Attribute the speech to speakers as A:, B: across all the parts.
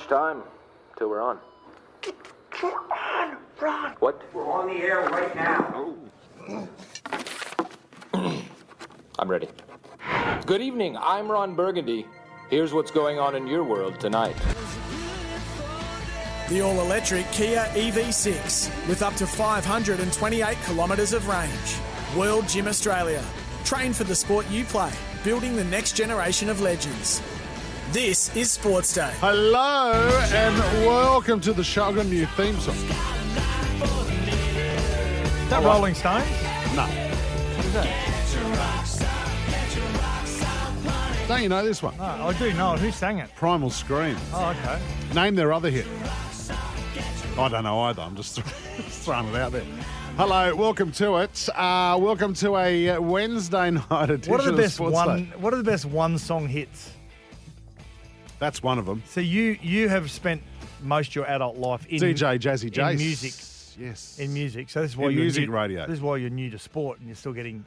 A: Time till we're on.
B: We're on, Ron.
A: What?
B: We're on the air right now.
A: I'm ready. Good evening. I'm Ron Burgundy. Here's what's going on in your world tonight.
C: The all electric Kia EV6 with up to 528 kilometres of range. World Gym Australia. Train for the sport you play, building the next generation of legends. This is Sports Day.
D: Hello and welcome to the show. I've got a new theme song.
E: Is that Rolling Stones?
D: No. Don't you know this one?
E: Oh, I do know it. Who sang it?
D: Primal Scream.
E: Oh, okay.
D: Name their other hit. I don't know either. I'm just, just throwing it out there. Hello, welcome to it. Uh, welcome to a uh, Wednesday night edition
E: What are the
D: of
E: best
D: Sports
E: one?
D: Day.
E: What are the best one song hits?
D: That's one of them.
E: So you you have spent most of your adult life in
D: DJ Jazzy Jace.
E: in music.
D: Yes.
E: In music. So this is why
D: In
E: you're
D: music
E: new,
D: radio.
E: This is why you're new to sport and you're still getting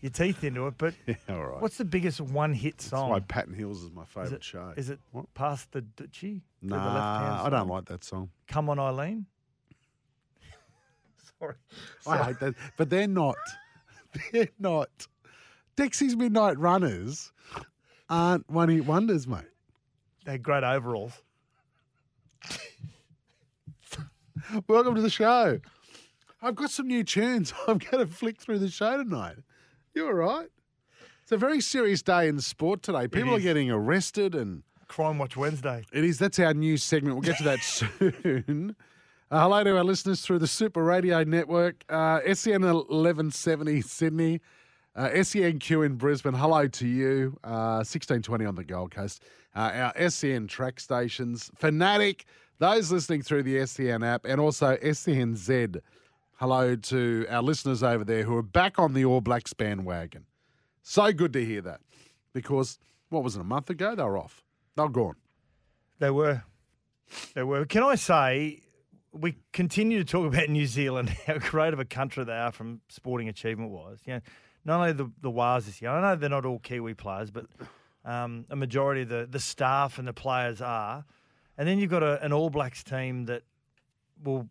E: your teeth into it. But
D: all right.
E: what's the biggest one hit
D: That's
E: song?
D: why Patton Hills is my favourite
E: is it,
D: show.
E: is it
D: What?
E: past the Dutchie?
D: Nah, I don't like that song.
E: Come on, Eileen. Sorry.
D: I hate that. But they're not. They're not. Dexy's Midnight Runners aren't one hit wonders, mate.
E: They're great overalls.
D: Welcome to the show. I've got some new tunes. I'm going to flick through the show tonight. You all right? It's a very serious day in sport today. People are
E: is.
D: getting arrested, and
E: Crime Watch Wednesday.
D: it is. That's our new segment. We'll get to that soon. Uh, hello to our listeners through the Super Radio Network, uh, SEN 1170 Sydney, uh, SENQ in Brisbane. Hello to you, uh, 1620 on the Gold Coast. Uh, our SEN track stations, Fanatic, those listening through the SEN app, and also SENZ. Hello to our listeners over there who are back on the All Blacks bandwagon. So good to hear that because, what was it, a month ago? They were off, they were gone.
E: They were. They were. Can I say, we continue to talk about New Zealand, how great of a country they are from sporting achievement wise. You know, not only the, the Wars this year, I know they're not all Kiwi players, but um, a majority of the, the staff and the players are. And then you've got a, an All Blacks team that will,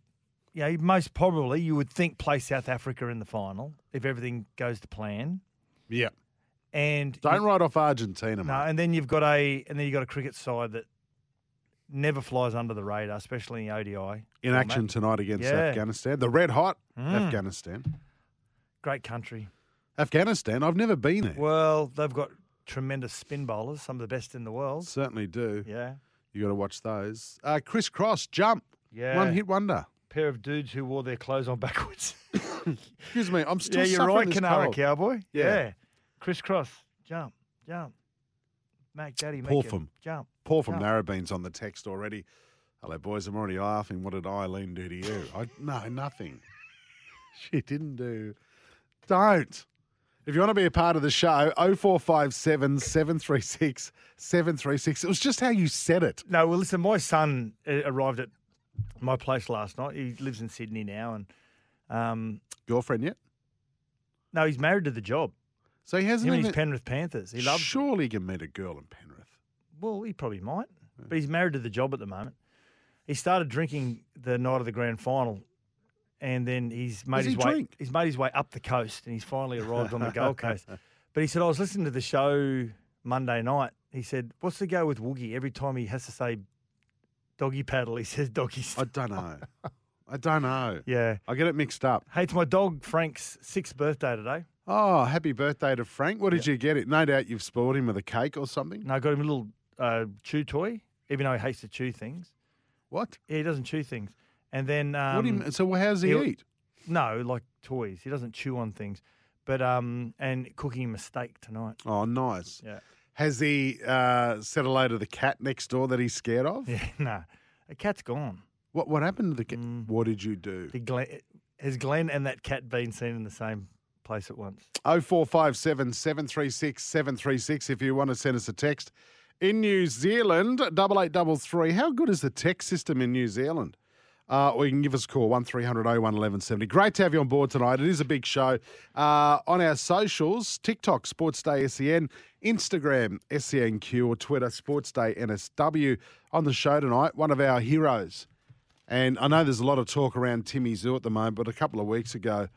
E: you know, most probably you would think play South Africa in the final if everything goes to plan.
D: Yeah.
E: And
D: Don't write off Argentina, mate.
E: No, and then you've got a and then you've got a cricket side that never flies under the radar, especially in the ODI.
D: in
E: format.
D: action tonight against
E: Yeah. Hmm.
D: Afghanistan. The red hot Afghanistan.
E: Great country.
D: Afghanistan, I've never been there.
E: Well, they've got tremendous spin bowlers, some of the best in the world.
D: Certainly do.
E: Yeah.
D: you got to watch those. Uh, Chris Cross, jump.
E: Yeah.
D: One hit wonder.
E: Pair of dudes who wore their clothes on backwards.
D: Excuse me, I'm still
E: yeah, you're
D: suffering
E: right,
D: this
E: Canara
D: cold.
E: Cowboy.
D: Yeah.
E: Crisscross. Jump. Jump. Mac Daddy make
D: Portham.
E: it. Jump.
D: Paul from
E: Yeah.
D: Narrabeen's on the text already. Hello, boys. I'm already laughing. What did Eileen do to you? I, no, nothing. She didn't do. Don't. If you want to be a part of the show, 0457 736 736. It was just how you said it.
E: No, well, listen, my son uh, arrived at my place last night. He lives in Sydney now and um,
D: Girlfriend yet?
E: no, he's married to the job.
D: So he hasn't
E: Him and
D: even.
E: his Penrith Panthers. He loves. them.
D: Surely you can meet a girl in Penrith.
E: Well, he probably might, but he's married to the job at the moment. He started drinking the night of the grand final, and then he's made
D: Does
E: his
D: he
E: way.
D: drink?
E: He's made his way up the coast, and he's finally arrived on the Gold Coast. But he said, "I was listening to the show Monday night." He said, "What's the go with Woogie? Every time he has to say doggy paddle, he says doggy."
D: I
E: St-
D: don't know. I don't know.
E: yeah.
D: I get it mixed up.
E: Hey, it's my dog Frank's sixth birthday today.
D: Oh, happy birthday to Frank. What did you get it? No doubt you've spoiled him with a cake or something.
E: And I got him a little uh, chew toy, even though he hates to chew things.
D: What?
E: Yeah, he doesn't chew things. And then um,
D: what do you, so how does he
E: he'll-
D: eat?
E: No, like toys. He doesn't chew on things. But um, and cooking him a steak tonight.
D: Oh, nice.
E: Yeah,
D: Has he uh, said hello to the cat next door that he's scared of?
E: yeah. Nah, the cat's gone.
D: What What happened to the cat?
E: Mm.
D: What did you do?
E: The Glen, has Glenn and that cat been seen in the same place at once?
D: Oh four five seven seven three six seven three six. If you want to send us a text in New Zealand, double eight double three. How good is the text system in New Zealand? uh, or you can give us a call, 1300 01 1170. Great to have you on board tonight. It is a big show. Uh, on our socials, TikTok, Sports Day SEN, Instagram, SENQ, or Twitter, Sports Day NSW. On the show tonight, one of our heroes. And I know there's a lot of talk around Timmy Zoo at the moment, but a couple of weeks ago,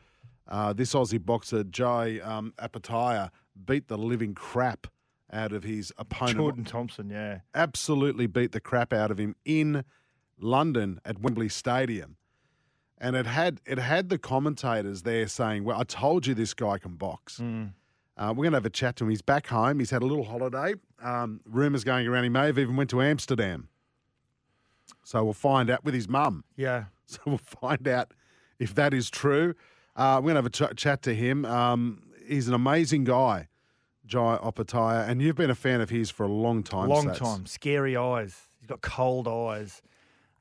D: uh, this Aussie boxer, Joe um, Apataya, beat the living crap out of his opponent
E: Jordan Thompson, yeah.
D: absolutely beat the crap out of him in London at Wembley Stadium. And it had it had the commentators there saying, "Well, I told you this guy can box." Uh, we're going to have a chat to him. He's back home. He's had a little holiday. Um, rumors going around he may have even went to Amsterdam. So we'll find out with his mum.
E: Yeah.
D: So we'll find out if that is true. Uh, we're going to have a ch- chat to him. Um, he's an amazing guy, Jai Opataya, and you've been a fan of his for a long time.
E: Long
D: Sats.
E: time. Scary eyes. He's got cold eyes.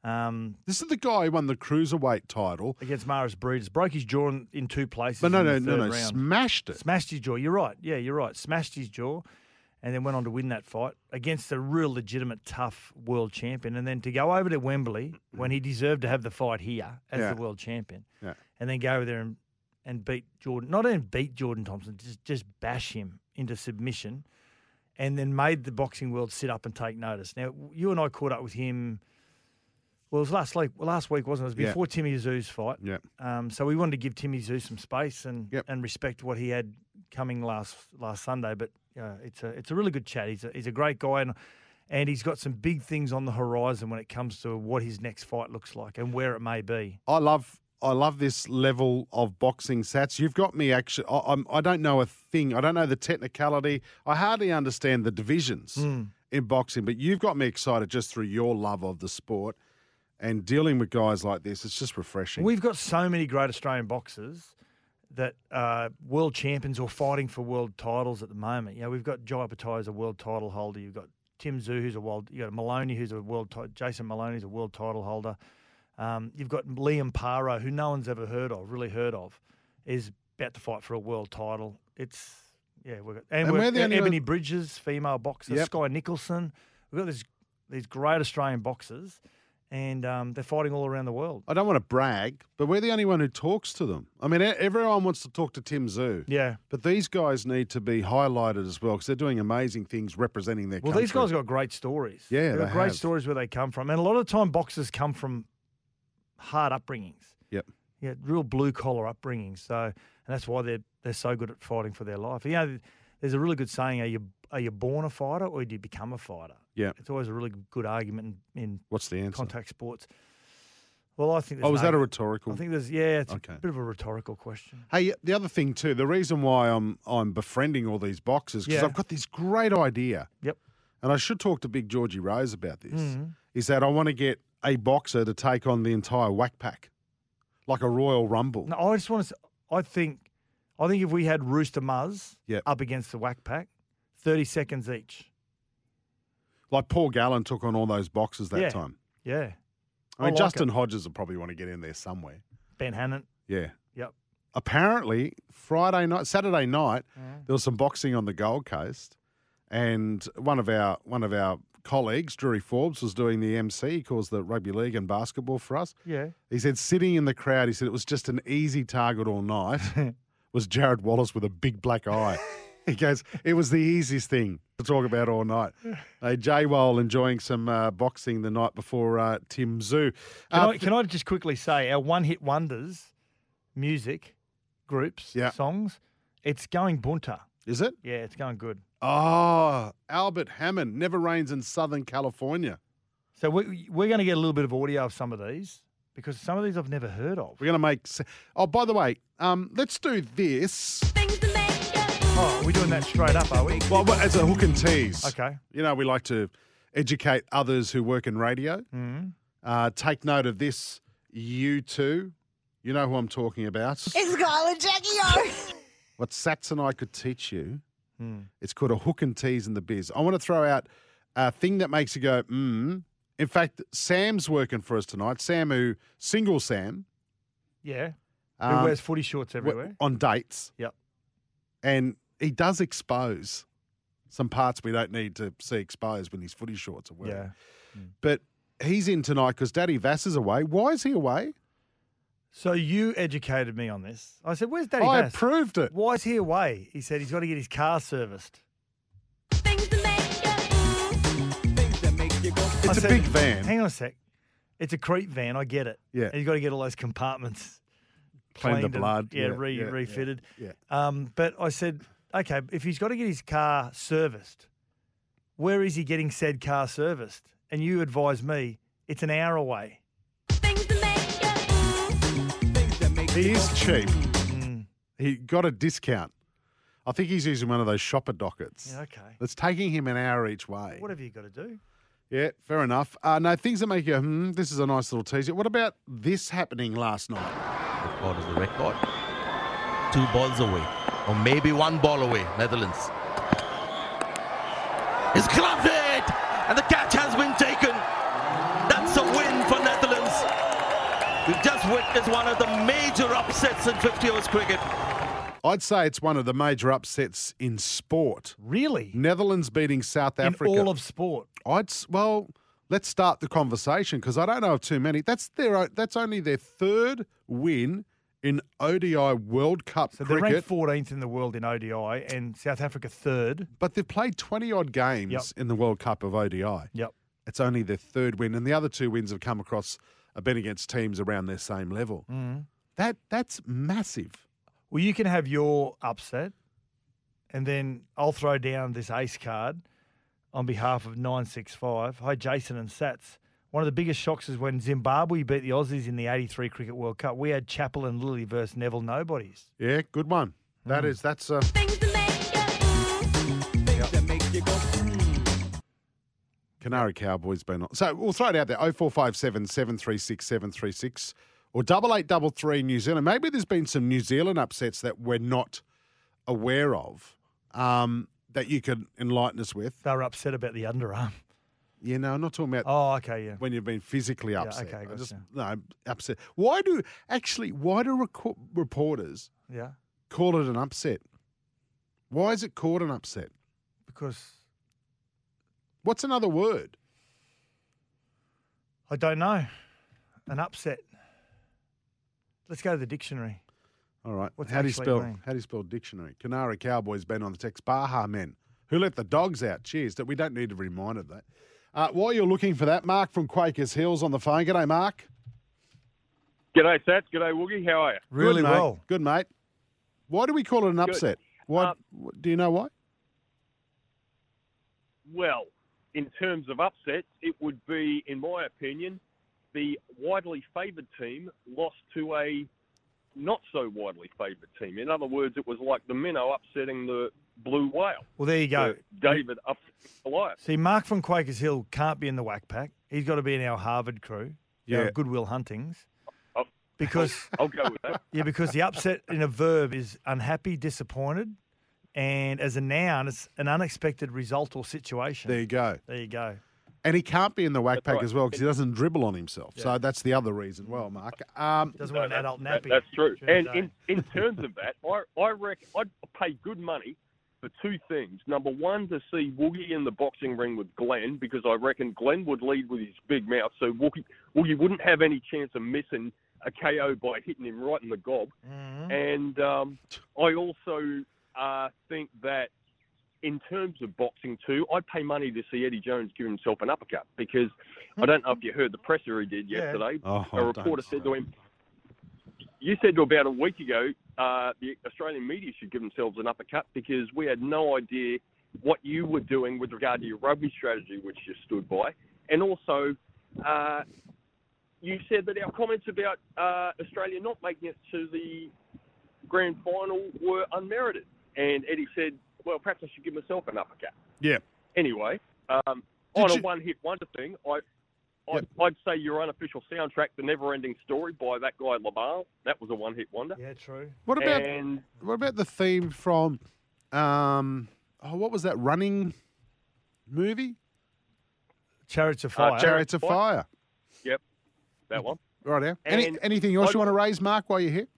E: Um,
D: This is the guy who won the cruiserweight title,
E: against Maris Breeders. Broke his jaw in, in two places.
D: but no,
E: in
D: no,
E: the
D: no,
E: third
D: no,
E: round.
D: smashed it.
E: Smashed his jaw. You're right. Yeah, you're right. Smashed his jaw and then went on to win that fight against a real legitimate tough world champion. And then to go over to Wembley when he deserved to have the fight here as
D: Yeah.
E: the world champion.
D: Yeah.
E: And then go over there and, and beat Jordan. Not even beat Jordan Thompson, just, just bash him into submission. And then made the boxing world sit up and take notice. Now, you and I caught up with him. Well, it was last week. last week, wasn't it? It was
D: Yeah.
E: before Timmy Zoo's fight.
D: Yeah,
E: Um, so we wanted to give Timmy Zoo some space and
D: Yep.
E: and respect what he had coming last last Sunday. But uh, it's a it's a really good chat. He's a, he's a great guy and and he's got some big things on the horizon when it comes to what his next fight looks like and where it may be.
D: I love, I love this level of boxing sats. You've got me actually. I, I'm, I don't know a thing. I don't know the technicality. I hardly understand the divisions
E: Hmm.
D: in boxing, but you've got me excited just through your love of the sport and dealing with guys like this. It's just refreshing.
E: We've got so many great Australian boxers that are world champions or fighting for world titles at the moment. You know, we've got Jai Patai as a world title holder. You've got Tim Zoo, who's a world. You got Maloney, who's a world. Ti- Jason Maloney, who's a world title holder. Um, you've got Liam Paro, who no one's ever heard of, really heard of, is about to fight for a world title. It's yeah, we've got and,
D: And
E: we're,
D: we're the only
E: Ebony
D: one-
E: Bridges, female boxer,
D: Yep.
E: Sky Nicholson. We've got this, these great Australian boxers, and um, they're fighting all around the world.
D: I don't want to brag, but we're the only one who talks to them. I mean, e- everyone wants to talk to Tim Zoo.
E: Yeah.
D: But these guys need to be highlighted as well because they're doing amazing things representing their
E: Well,
D: country.
E: these guys got great stories.
D: Yeah,
E: They've got
D: they
E: great
D: have.
E: stories where they come from, and a lot of the time boxers come from hard upbringings.
D: Yep.
E: Yeah, real blue collar upbringings. So, and that's why they're they're so good at fighting for their life. You know, there's a really good saying: Are you are you born a fighter or do you become a fighter?
D: Yeah.
E: It's always a really good argument in, in
D: What's the answer?
E: contact sports. Well, I think. there's
D: Oh, is
E: no-
D: that a rhetorical?
E: I think there's yeah, it's
D: Okay.
E: a bit of a rhetorical question.
D: Hey, the other thing too, the reason why I'm I'm befriending all these boxers because
E: Yeah.
D: I've got this great idea,
E: Yep. Mm-hmm.
D: and I should talk to Big Georgie Rose about this. Is that I want to get a boxer to take on the entire whack pack, like a Royal Rumble.
E: No, I just want to. I think, I think if we had Rooster Muzz
D: Yep.
E: up against the Whack Pack, thirty seconds each.
D: Like Paul Gallen took on all those boxers that
E: Yeah.
D: time.
E: Yeah,
D: I
E: I
D: mean,
E: like
D: Justin Hodges will probably want to get in there somewhere.
E: Ben Hannon.
D: Yeah.
E: Yep.
D: apparently Friday night, Saturday night,
E: Mm.
D: there was some boxing on the Gold Coast, and one of our one of our colleagues, Drury Forbes, was doing the MC. He calls the rugby league and basketball for us.
E: Yeah.
D: He said sitting in the crowd, he said it was just an easy target all night. was Jared Wallace with a big black eye. He goes, it was the easiest thing to talk about all night. Uh, Jay Wole enjoying some uh, boxing the night before uh, Tim Zoo.
E: Can,
D: Uh,
E: I, can I just quickly say our one-hit wonders, music, groups,
D: Yeah.
E: songs. It's going bunter.
D: is it?
E: Yeah, it's going good.
D: Oh, Albert Hammond never rains in Southern California.
E: So we, we're going to get a little bit of audio of some of these because some of these I've never heard of.
D: We're gonna make. s- Oh, by the way, um, let's do this.
E: Oh, we're doing that straight up, are we?
D: Well, well, as a hook and tease.
E: Okay.
D: You know, we like to educate others who work in radio. Mm. Uh, take note of this. You two, you know who I'm talking about.
F: It's Scarlett Jackie O.
D: what Sats and I could teach you. It's called a hook and tease in the biz. I want to throw out a thing that makes you go, mm. In fact, Sam's working for us tonight. Sam, who single Sam,
E: Yeah.
D: Um,
E: Who wears footy shorts
D: w-
E: everywhere?
D: on dates.
E: Yep.
D: and he does expose some parts we don't need to see exposed when his footy shorts are wearing.
E: Yeah.
D: But he's in tonight because Daddy Vass is away. Why is he away?
E: So you educated me on this. I said, "Where's Daddy
D: I
E: Vass?
D: approved it.
E: Why is he away?" He said he's got to get his car serviced. I
D: It's a
E: said,
D: big van.
E: Hang on a sec. It's a creep van. I get it.
D: Yeah.
E: And you've got to get all those compartments
D: Clean the
E: cleaned and-
D: blood.
E: yeah,
D: Yeah,
E: re,
D: yeah, yeah,
E: refitted.
D: yeah.
E: Um, but I said, okay, if he's got to get his car serviced, where is he getting said car serviced? And you advised me it's an hour away.
D: He is cheap.
E: mm.
D: He got a discount. I think he's using one of those shopper dockets.
E: Yeah, okay.
D: It's taking him an hour each way.
E: What have you got to do?
D: Yeah, fair enough. Uh, no, things that make you, hmm, this is a nice little teaser. What about this happening last night?
G: What is the record? Two balls away, or maybe one ball away. Netherlands. It's gloved it, and the catch has been taken. That's a win for Netherlands. We've just witnessed one of the major upsets in 50 overs cricket.
D: I'd say it's one of the major upsets in sport.
E: Really?
D: Netherlands beating South
E: In
D: Africa.
E: all of sport.
D: I'd s- well, let's start the conversation because I don't know of too many. That's their o- that's only their third win in ODI World Cup
E: So they're
D: cricket,
E: ranked 14th in the world in ODI and South Africa third.
D: but they've played twenty odd games
E: Yep.
D: in the World Cup of ODI.
E: Yep.
D: It's only their third win, and the other two wins have come across have been against teams around their same level.
E: Mm-hmm.
D: That that's massive.
E: Well, you can have your upset, and then I'll throw down this ace card on behalf of 965. Hi, Jason and Sats. One of the biggest shocks is when Zimbabwe beat the Aussies in the 83 Cricket World Cup. We had Chappell and Lilly versus Neville Nobodies.
D: Yeah, good one. That
E: Mm.
D: is that's uh, Canary Cowboys been on. So we'll throw it out there 0457 736 736 or 8833 New Zealand. Maybe there's been some New Zealand upsets that we're not aware of um, that you could enlighten us with.
E: They were upset about the underarm.
D: You know, I'm not talking about
E: Oh, okay, yeah.
D: when you've been physically upset.
E: okay,
D: I just,
E: gotcha.
D: no, upset. Why do, actually, why do reco- reporters
E: Yeah.
D: call it an upset? Why is it called an upset?
E: Because
D: What's another word?
E: I don't know. An upset. Let's go to the dictionary.
D: All right.
E: What's
D: how do you
E: actually
D: spell?
E: mean?
D: How do you spell dictionary? Canara Cowboys ban on the text. Baha men who let the dogs out. Cheers. That we don't need to be reminded of that. Uh, while you're looking for that, Mark from Quakers Hills on the phone. G'day, Mark.
H: G'day, Sats. G'day, Woogie. How are you?
E: Really
D: Good, mate.
E: well.
D: Good mate. Why do we call it an upset? Why?
H: Um,
D: wh- do you know why?
H: Well, in terms of upsets, it would be, in my opinion, the widely favoured team lost to a not so widely favoured team. In other words, it was like the minnow upsetting the blue whale.
E: Well, there you go.
H: David upsetting Goliath.
E: See, Mark from Quakers Hill can't be in the whack pack. He's got to be in our Harvard crew,
D: Yeah.
E: our Goodwill Huntings,
H: Oh.
E: because
H: I'll go with that.
E: yeah, because the upset in a verb is unhappy, disappointed, and as a noun, it's an unexpected result or situation.
D: There you go.
E: There you go.
D: And he can't be in the whack
H: That's
D: pack
H: right.
D: as well because he doesn't dribble on himself. So that's the other reason. Well, Mark. Um,
E: Doesn't want an adult
H: That-
E: nappy.
H: that's true.
E: during
H: And
E: the
H: in,
E: day.
H: in terms of that, I, I reckon I'd pay good money for two things. Number one, to see Woogie in the boxing ring with Glenn, because I reckon Glenn would lead with his big mouth, so Woogie, Woogie wouldn't have any chance of missing a KO by hitting him right in the gob.
E: Mm-hmm.
H: And um, I also uh, think that in terms of boxing too, I'd pay money to see Eddie Jones give himself an uppercut because I don't know if you heard the presser he did
E: Yeah.
H: yesterday.
D: Oh,
H: a
D: don't
H: reporter
D: say
H: said to him, "You said to about a week ago, uh, the Australian media should give themselves an uppercut because we had no idea what you were doing with regard to your rugby strategy, which you stood by, and also." Uh, you said that our comments about uh, Australia not making it to the grand final were unmerited. And Eddie said, well, perhaps I should give myself an uppercut.
D: yeah.
H: Anyway, um,
D: Did
H: on
D: you-
H: a one hit wonder thing, I, I,
D: Yep.
H: I'd say your unofficial soundtrack, The Never Ending Story by that guy Laval, that was a one hit wonder.
E: yeah, true.
D: What about?
H: And
D: What about the theme from, um, oh, what was that running movie?
E: Chariots of
H: Uh,
E: fire.
D: Chariots of
H: Fire.
D: Fire.
H: that one.
D: Right now. Any,
H: And
D: anything else
H: I-
D: you want to raise, Mark, while you're here?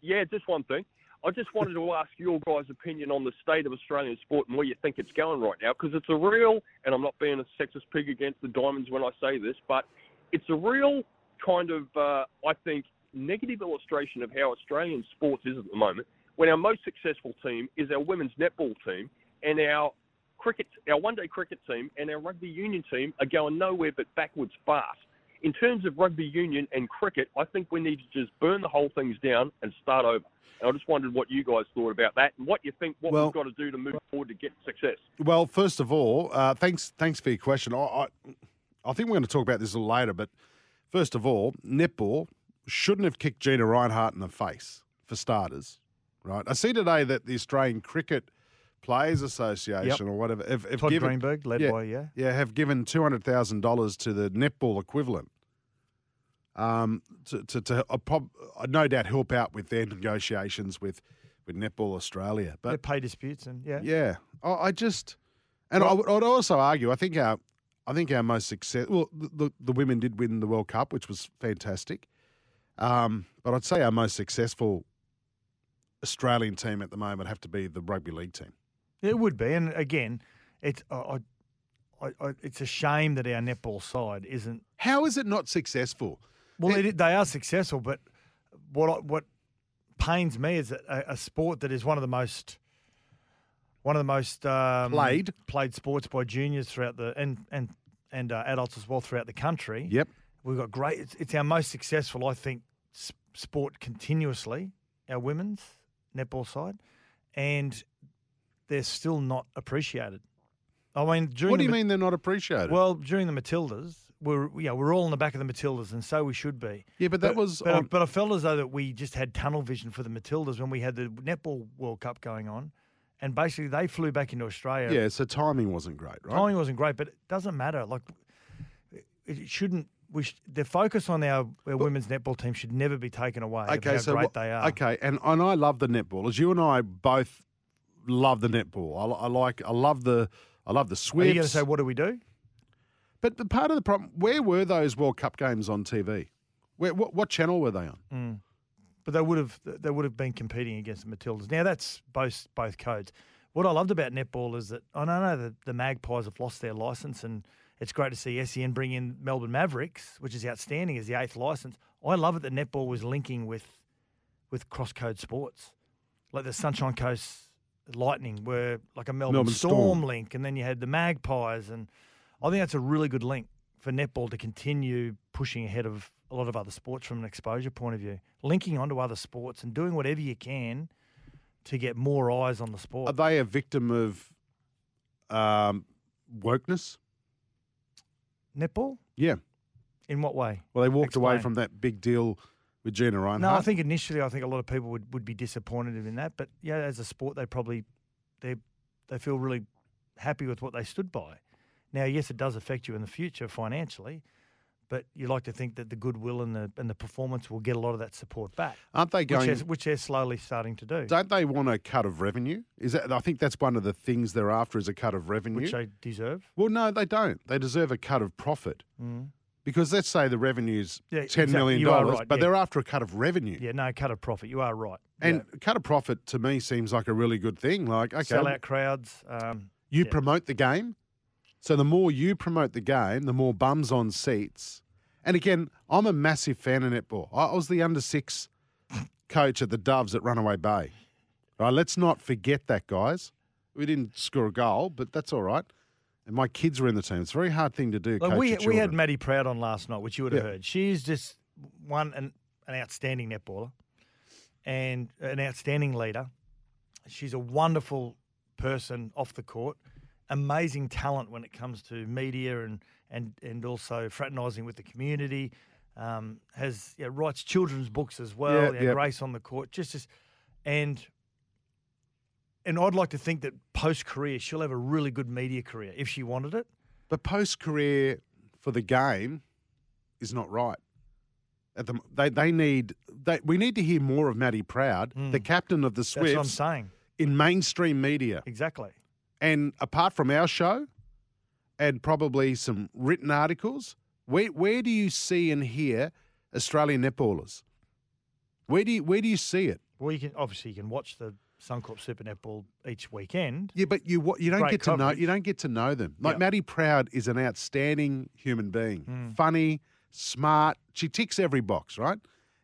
H: Yeah, just one thing.
I: I just wanted to ask your guys' opinion on the state of Australian sport and where you think it's going right now, because it's a real, and I'm not being a sexist pig against the Diamonds when I say this, but it's a real kind of, uh, I think, negative illustration of how Australian sports is at the moment, when our most successful team is our women's netball team, and our cricket, our one-day cricket team, and our rugby union team are going nowhere but backwards fast. In terms of rugby union and cricket, I think we need to just burn the whole things down and start over. And I just wondered what you guys thought about that and what you think what
D: Well-
I: we've got to do to move forward to get success.
D: Well, first of all, uh, thanks thanks for your question. I, I I think we're going to talk about this a little later, but first of all, netball shouldn't have kicked Gina Reinhart in the face for starters, right? I see today that the Australian Cricket Players Association or whatever, have, have
E: Todd
D: given,
E: Greenberg, led by, yeah.
D: yeah, have given two hundred thousand dollars to the netball equivalent. Um, to to, to uh, prob- uh, no doubt help out with their negotiations with with Netball Australia, but
E: Their pay disputes and yeah.
D: yeah, I, I just, and I would, I'd also argue. I think our, I think our most success. Well, the, the, the women did win the World Cup, which was fantastic. Um, but I'd say our most successful Australian team at the moment have to be the rugby league team.
E: It would be, and again, it's I, I, I, it's a shame that our netball side isn't.
D: How is it not successful?
E: Well, it, they are successful, but what I, what pains me is that a, a sport that is one of the most one of the most um,
D: Played.
E: played sports by juniors throughout the and and and uh, adults as well throughout the country.
D: Yep.
E: we've got great. It's, it's our most successful, I think, s- sport continuously. Our women's netball side, and they're still not appreciated. I mean, during
D: What do you
E: the,
D: mean they're not appreciated?
E: well, during the Matildas, we're yeah, we're all in the back of the Matildas, and so we should be.
D: Yeah, but that was
E: But, I-
D: on-
E: but I felt as though that we just had tunnel vision for the Matildas when we had the netball World Cup going on, and basically they flew back into Australia.
D: yeah, so timing wasn't great, right?
E: timing wasn't great, but it doesn't matter. Like it it shouldn't. We sh- the focus on our, our women's netball team should never be taken away. of how great
D: what-
E: they are.
D: Okay, and and I love the netballers. You and I both love the netball. I, li- I like. I love the. I love the
E: Are
D: Swifts.
E: you going to say what do we do?
D: But the part of the problem, where were those World Cup games on TV? Where, what, what channel were they on?
E: Mm. But they would have they would have been competing against the Matildas. Now that's both both codes. What I loved about netball is that I know the, the Magpies have lost their license, and it's great to see SEN bring in Melbourne Mavericks, which is outstanding as the eighth license. I love it that netball was linking with with cross code sports, like the Sunshine Coast Lightning, were like a Melbourne,
D: Melbourne
E: Storm,
D: Storm.
E: link, and then you had the Magpies, and I think that's a really good link for netball to continue pushing ahead of a lot of other sports from an exposure point of view, linking onto other sports and doing whatever you can to get more eyes on the sport.
D: Are they a victim of um, wokeness?
E: netball?
D: Yeah.
E: In what way?
D: Well, they walked away
E: Explain.
D: from that big deal with Gina Reinhart.
E: No, I think initially, I think a lot of people would, would be disappointed in that. But yeah, as a sport, they probably they they feel really happy with what they stood by. Now, yes, it does affect you in the future financially, but you like to think that the goodwill and the and the performance will get a lot of that support back,
D: aren't they
E: which,
D: going?
E: is, which they're slowly starting to do,
D: don't they want a cut of revenue? Is that? I think that's one of the things they're after is a cut of revenue.
E: which they deserve.
D: well, no, they don't. They deserve a cut of profit because let's say the revenue's
E: Mm. Yeah,
D: ten
E: exactly.
D: million
E: You are
D: dollars,
E: right,
D: but
E: yeah.
D: they're after a cut of revenue.
E: Yeah, no, cut a profit. You are right.
D: And cut of profit to me seems like a really good thing. Like, okay,
E: yeah. sell out crowds. Um,
D: You
E: Yeah.
D: promote the game. So the more you promote the game, the more bums on seats. And again, I'm a massive fan of netball. I I was the under six coach at the Doves at Runaway Bay. All right, let's not forget that, guys. We didn't score a goal, but that's all right. And my kids were in the team. It's a very hard thing to do.
E: Like
D: coach
E: we
D: your
E: we had
D: children.
E: Maddie Proud on last night, which you would have
D: Yeah.
E: heard. She's just one an, an outstanding netballer and an outstanding leader. She's a wonderful person off the court, amazing talent when it comes to media and and and also fraternising with the community. Um, has yeah, writes children's books as well.
D: Yeah,
E: yeah,
D: yeah.
E: Grace on the court, just as and and I'd like to think that post career she'll have a really good media career if she wanted it.
D: the post career for the game is not right. At the, they they need they, we need to hear more of Matty Proud, the captain of the
E: Mm. That's what I'm
D: Swifts,
E: saying.
D: in mainstream media.
E: Exactly.
D: And apart from our show and probably some written articles, where, where do you see and hear Australian netballers? Where do you, where do you see it?
E: Well, you can obviously you can watch the Suncorp Super Netball each weekend.
D: Yeah, but you wa- you don't
E: Great
D: get to know
E: coverage.
D: you don't get to know them. Like
E: Yeah. Hmm.
D: Maddie Proud is an outstanding human being, funny, smart. She ticks every box, right?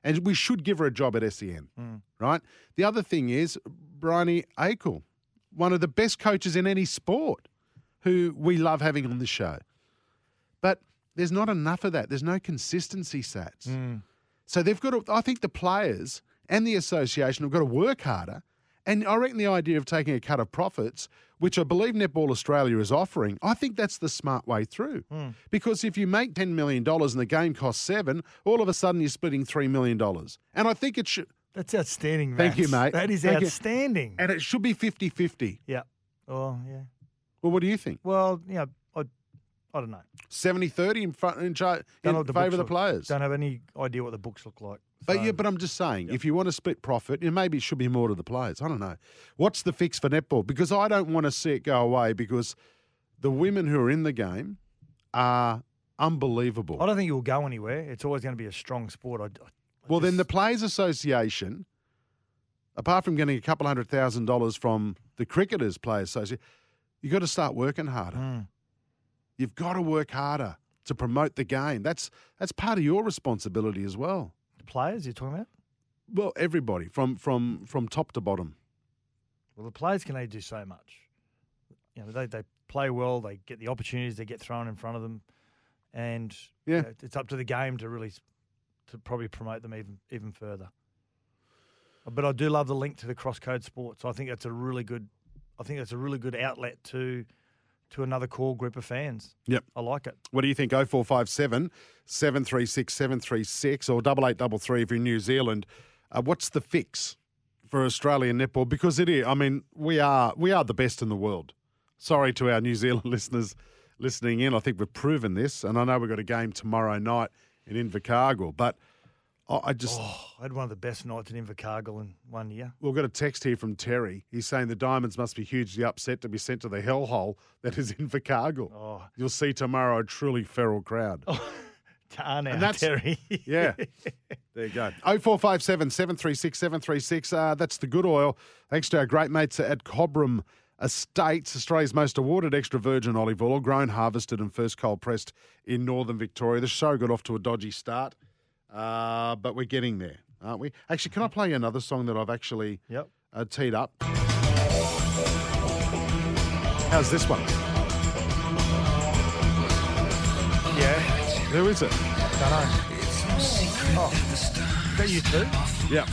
D: And we should give her a job at SEN,
E: Hmm.
D: right? The other thing is Bryony Akel, one of the best coaches in any sport, who we love having on the show. But there's not enough of that. There's no consistency, Sats.
E: Hmm.
D: So they've got to, I think the players and the association have got to work harder. And I reckon the idea of taking a cut of profits, which I believe Netball Australia is offering, I think that's the smart way through. Because if you make $10 million and the game costs seven, all of a sudden you're splitting $3 million. And I think it should,
E: That's outstanding.
D: Thank you, mate.
E: Max. That is
D: Thank you.
E: outstanding.
D: and it should be 50 50.
E: Yeah. Oh yeah.
D: Well, what do you think?
E: Well, you know, I, I don't know.
D: 70 30 in, front, in, cha- in
E: Don't know what
D: favour
E: books
D: of the
E: look-
D: players.
E: Don't have any idea what the books look like.
D: But
E: So,
D: yeah, but I'm just saying, if you want to split profit, and maybe it should be more to the players. I don't know. What's the fix for netball? Because I don't want to see it go away because the women who are in the game are unbelievable.
E: I don't think it will go anywhere. It's always going to be a strong sport. I, I- I
D: well, then the
E: just-
D: Players Association, apart from getting a couple hundred thousand dollars from the Cricketers Players Association, you've got to start working harder.
E: Mm.
D: You've got to work harder to promote the game. That's that's part of your responsibility as well.
E: the players you're talking about.
D: Well, everybody from from from top to bottom.
E: Well, the players can only do so much. You know, they, they play well, they get the opportunities, they get thrown in front of them, and you
D: Yeah.
E: know, it's up to the game to really s- to probably promote them even even further. But I do love the link to the crosscode sports. I think that's a really good, I think that's a really good outlet to to another core group of fans.
D: Yep.
E: I like it.
D: What do you think? 0457 736 736 or 8833 if you're in New Zealand. Uh, what's the fix for Australian netball? Because it is, I mean, we are we are the best in the world. Sorry to our New Zealand listeners listening in. I think we've proven this. And I know we've got a game tomorrow night in Invercargill. But I, I just,
E: I had one of the best nights in Invercargill in one year.
D: we've got a text here from Terry. He's saying the Diamonds must be hugely upset to be sent to the hellhole that is Invercargill.
E: Oh.
D: You'll see tomorrow a truly feral crowd.
E: Darn
D: And
E: out,
D: that's-
E: Terry.
D: Yeah. there you go. 0457 736 736. Uh, that's the good oil. Thanks to our great mates at Cobram Estates, Australia's most awarded extra virgin olive oil, grown, harvested, and first cold pressed in northern Victoria. The show got off to a dodgy start, uh, but we're getting there, aren't we? Actually, can I play you another song that I've actually
E: Yep.
D: uh, teed up? How's this one?
E: Yeah. Oh,
D: Who is it?
E: Is that you too?
D: Yeah.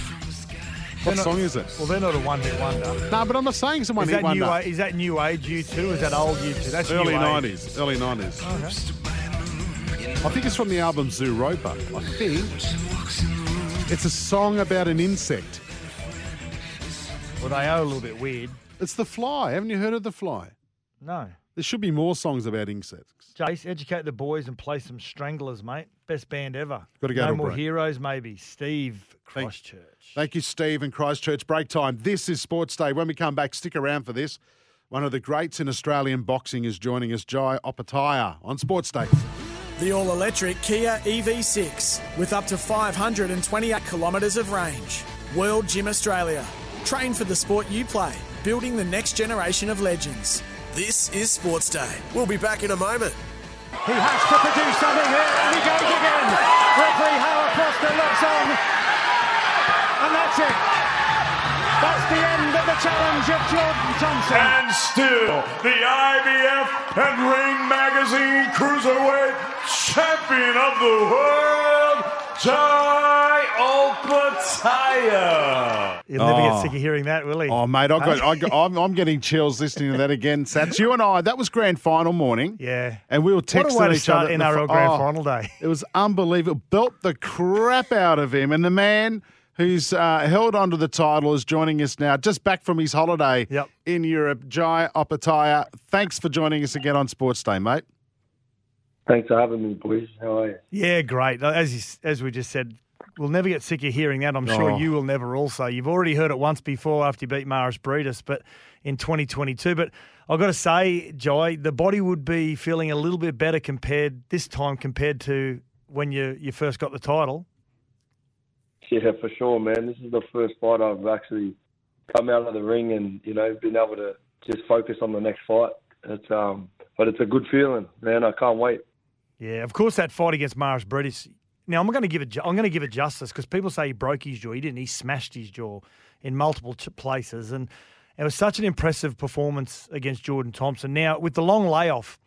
D: What song is it?
E: Well, they're not a one-hit wonder.
D: No, but I'm not saying someone
E: Is
D: hit
E: that,
D: one
E: new,
D: up.
E: a- is that new age U two? Is that old U two? That's
D: Early
E: new age.
D: nineties, early nineties. I think it's from the album Zoo Roper. I think it's a song about an insect.
E: Well, they are a little bit weird.
D: It's the fly. Haven't you heard of the fly?
E: No,
D: There should be more songs about insects.
E: Jace, educate the boys and play some Stranglers, mate. Best band ever.
D: Gotta go
E: No
D: to a
E: more
D: break.
E: heroes, maybe. Steve
D: Thank-
E: Christchurch.
D: Thank you, Steve and Christchurch. Break time. This is Sports Day. When we come back, stick around for this. One of the greats in Australian boxing is joining us, Jai Opataya, on Sports Day.
C: The all electric Kia EV6 with up to 528 kilometres of range. World Gym Australia. Train for the sport you play, building the next generation of legends.
J: This is Sports Day. We'll be back in a moment.
K: He has to produce something here, and he goes again. Referee Howard Foster looks on, and that's it. That's the end of the challenge of Jordan Thompson.
L: And still, the IBF and Ring Magazine Cruiserweight Champion of the World, Jai Opataya.
E: He'll never
D: Oh.
E: get sick of hearing that, will he?
D: Oh, mate, I got, I got, I'm, I'm getting chills listening to that again. Sats, you and I, that was grand final morning.
E: Yeah.
D: And we were
E: What a way
D: texting
E: to
D: each other.
E: start
D: in the fi-
E: NRL Grand
D: Oh,
E: Final day.
D: It was unbelievable. Built the crap out of him. And the man who's uh, held onto the title is joining us now, just back from his holiday
E: Yep.
D: in Europe. Jai Opataya, thanks for joining us again on Sports Day, mate.
M: Thanks for having me, boys. How are you?
E: Yeah, great. As you, s- as we just said, we'll never get sick of hearing that. I'm sure
D: Oh.
E: you will never. Also, you've already heard it once before after you beat Maris Breedis, but in 2022. But I've got to say, Jai, the body would be feeling a little bit better compared this time compared to when you you first got the title.
M: Yeah, for sure, man. This is the first fight I've actually come out of the ring and you know been able to just focus on the next fight. It's um, but it's a good feeling, man. I can't wait.
E: Yeah, of course that fight against Maris British. Now I'm going to give it. ju- I'm going to give it justice because people say he broke his jaw. He didn't. He smashed his jaw in multiple t- places, and it was such an impressive performance against Jordan Thompson. Now with the long layoff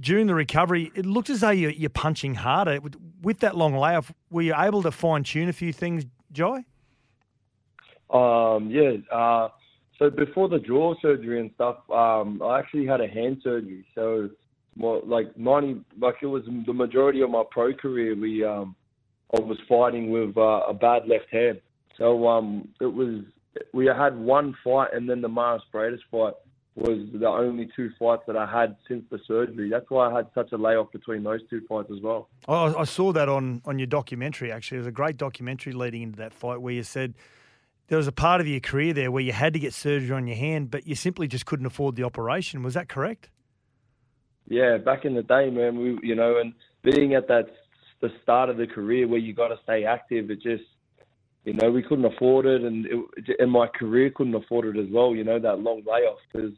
E: during the recovery, it looked as though you're, you're punching harder. With, with that long layoff, were you able to fine tune a few things, Joy?
M: Um, yeah. Uh, so before the jaw surgery and stuff, um, I actually had a hand surgery. So, more, like ninety, like it was the majority of my pro career, we um, I was fighting with uh, a bad left hand. So um, it was we had one fight, and then the Mars Bradis fight was the only two fights that I had since the surgery. That's why I had such a layoff between those two fights as well.
E: I, I saw that on, on your documentary, actually. It was a great documentary leading into that fight where you said there was a part of your career there where you had to get surgery on your hand, but you simply just couldn't afford the operation. Was that correct?
M: Yeah, back in the day, man, we you know, and being at that the start of the career where you got to stay active, it just you know we couldn't afford it, and it, and my career couldn't afford it as well. You know that long layoff because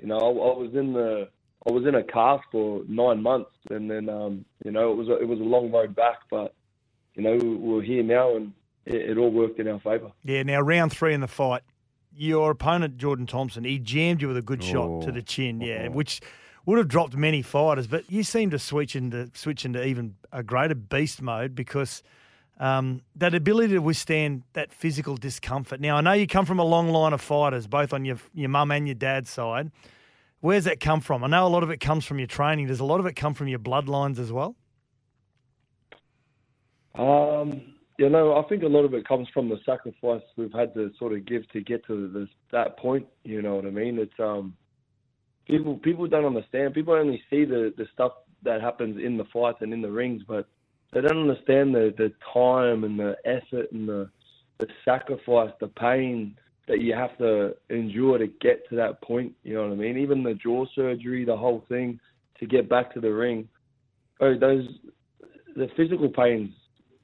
M: you know I, I was in the I was in a cast for nine months, and then um you know it was a, it was a long road back, but you know we're here now, and it, it all worked in our favour.
E: Yeah, now round three in the fight, your opponent, Jordan Thompson, he jammed you with a good shot
D: Oh.
E: to the chin, yeah, which would have dropped many fighters, but you seemed to switch into, switch into even a greater beast mode because um, that ability to withstand that physical discomfort. Now, I know you come from a long line of fighters, both on your, your mum and your dad's side. Where's that come from? I know a lot of it comes from your training. Does a lot of it come from your bloodlines as well?
M: Um, you know, I think a lot of it comes from the sacrifice we've had to sort of give to get to this, that point. You know what I mean? It's um, people people don't understand. People only see the the stuff that happens in the fights and in the rings, but they don't understand the the time and the effort and the the sacrifice, the pain that you have to endure to get to that point. You know what I mean? Even the jaw surgery, the whole thing to get back to the ring. Oh, those the physical pains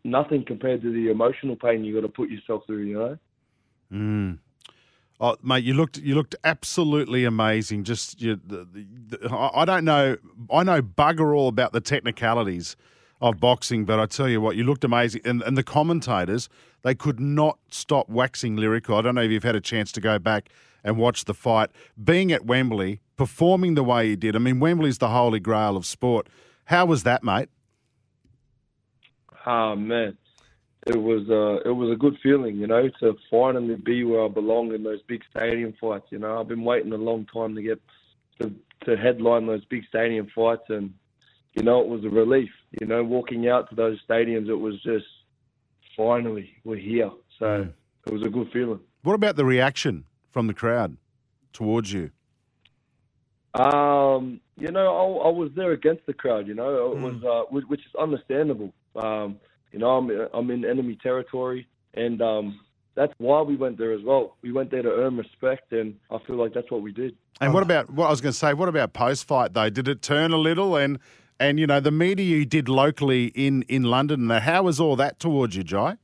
M: nothing compared to the emotional pain you got to put yourself through. You know.
D: Mm. Oh, mate, you looked you looked absolutely amazing. Just you, the, the, the, I I don't know, I know bugger all about the technicalities of boxing, but I tell you what, you looked amazing. And, and the commentators, they could not stop waxing lyrical. I don't know if you've had a chance to go back and watch the fight. Being at Wembley, performing the way you did. I mean, Wembley's the holy grail of sport. How was that, mate?
M: Oh man, it was uh, it was a good feeling, you know, to finally be where I belong in those big stadium fights. You know, I've been waiting a long time to get to, to headline those big stadium fights, and you know, it was a relief. You know, walking out to those stadiums, it was just finally we're here. So
D: Mm.
M: it was a good feeling.
D: What about the reaction from the crowd towards you?
M: Um, you know, I, I was there against the crowd. You know, it was uh, which, which is understandable. Um, you know, I'm I'm in enemy territory, and um, that's why we went there as well. We went there to earn respect, and I feel like that's what we did.
D: And what about what I was going to say? What about post fight though? Did it turn a little? And and you know the media you did locally in in London. Now, how was all that towards you, Jai?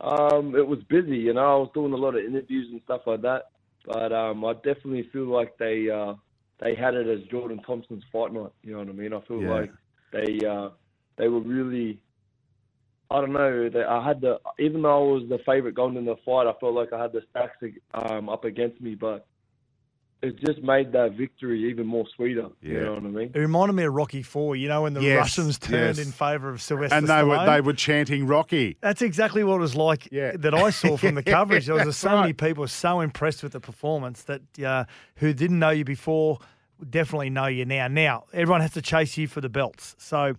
M: Um, it was busy, you know. I was doing a lot of interviews and stuff like that, but um, I definitely feel like they uh, they had it as Jordan Thompson's fight night. You know what I mean? I feel
D: Yeah.
M: like they uh, they were really. I don't know. They, I had the even though I was the favorite going in the fight, I felt like I had the stacks um, up against me, but it just made that victory even more sweeter. You
D: Yeah.
M: know what I mean?
E: It reminded me of Rocky Four, you know, when the
D: Yes,
E: Russians turned
D: yes.
E: in favour of Sylvester
D: And they were
E: Stallone?
D: they were chanting Rocky.
E: That's exactly what it was like that I saw from the coverage. There was just so many people so impressed with the performance that uh, who didn't know you before definitely know you now. Now everyone has to chase you for the belts. So,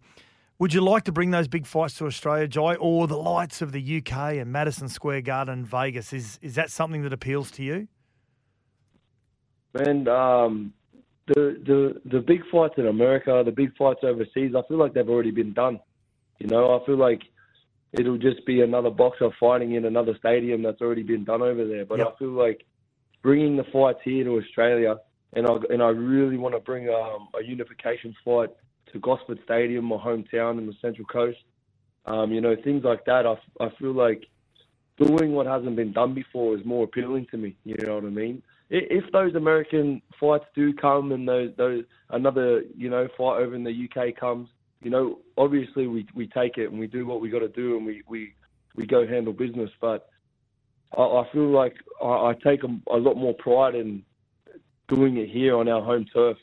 E: would you like to bring those big fights to Australia, Jai, or the lights of the UK and Madison Square Garden, and Vegas? Is is that something that appeals to you?
M: Man, um, the the the big fights in America, the big fights overseas, I feel like they've already been done. You know, I feel like it'll just be another boxer fighting in another stadium that's already been done over there. But I feel like bringing the fights here to Australia, and I and I really want to bring um, a unification fight to Gosford Stadium, my hometown in the Central Coast. Um, you know, things like that. I, f- I feel like doing what hasn't been done before is more appealing to me. You know what I mean? I- If those American fights do come and those those another you know fight over in the UK comes, you know, obviously we we take it and we do what we got to do and we we we go handle business. But I, I feel like I, I take a, a lot more pride in doing it here on our home turf.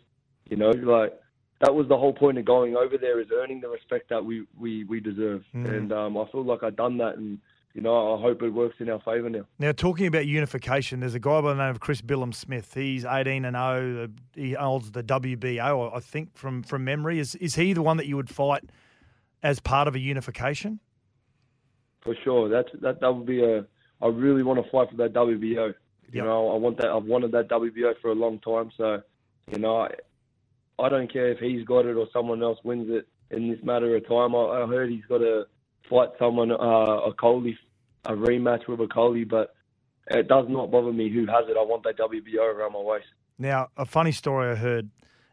M: You know, like that was the whole point of going over there is earning the respect that we we we deserve.
E: Mm.
M: And um, I feel like I've done that, and you know, I hope it works in our favour now.
E: Now, talking about unification, there's a guy by the name of Chris Billum Smith. He's 18 and 0. the- He holds the WBO, I think, from, from memory. Is, is he the one that you would fight as part of a unification?
M: For sure, that's that that would be a. I really want to fight for that WBO. You know, I want that. I've wanted that WBO for a long time. So, you know, I, I don't care if he's got it or someone else wins it in this matter of time. I, I heard he's got to fight someone uh, a Coley, a rematch with a Coley, but it does not bother me who has it. I want that WBO around my waist.
E: Now, a funny story I heard,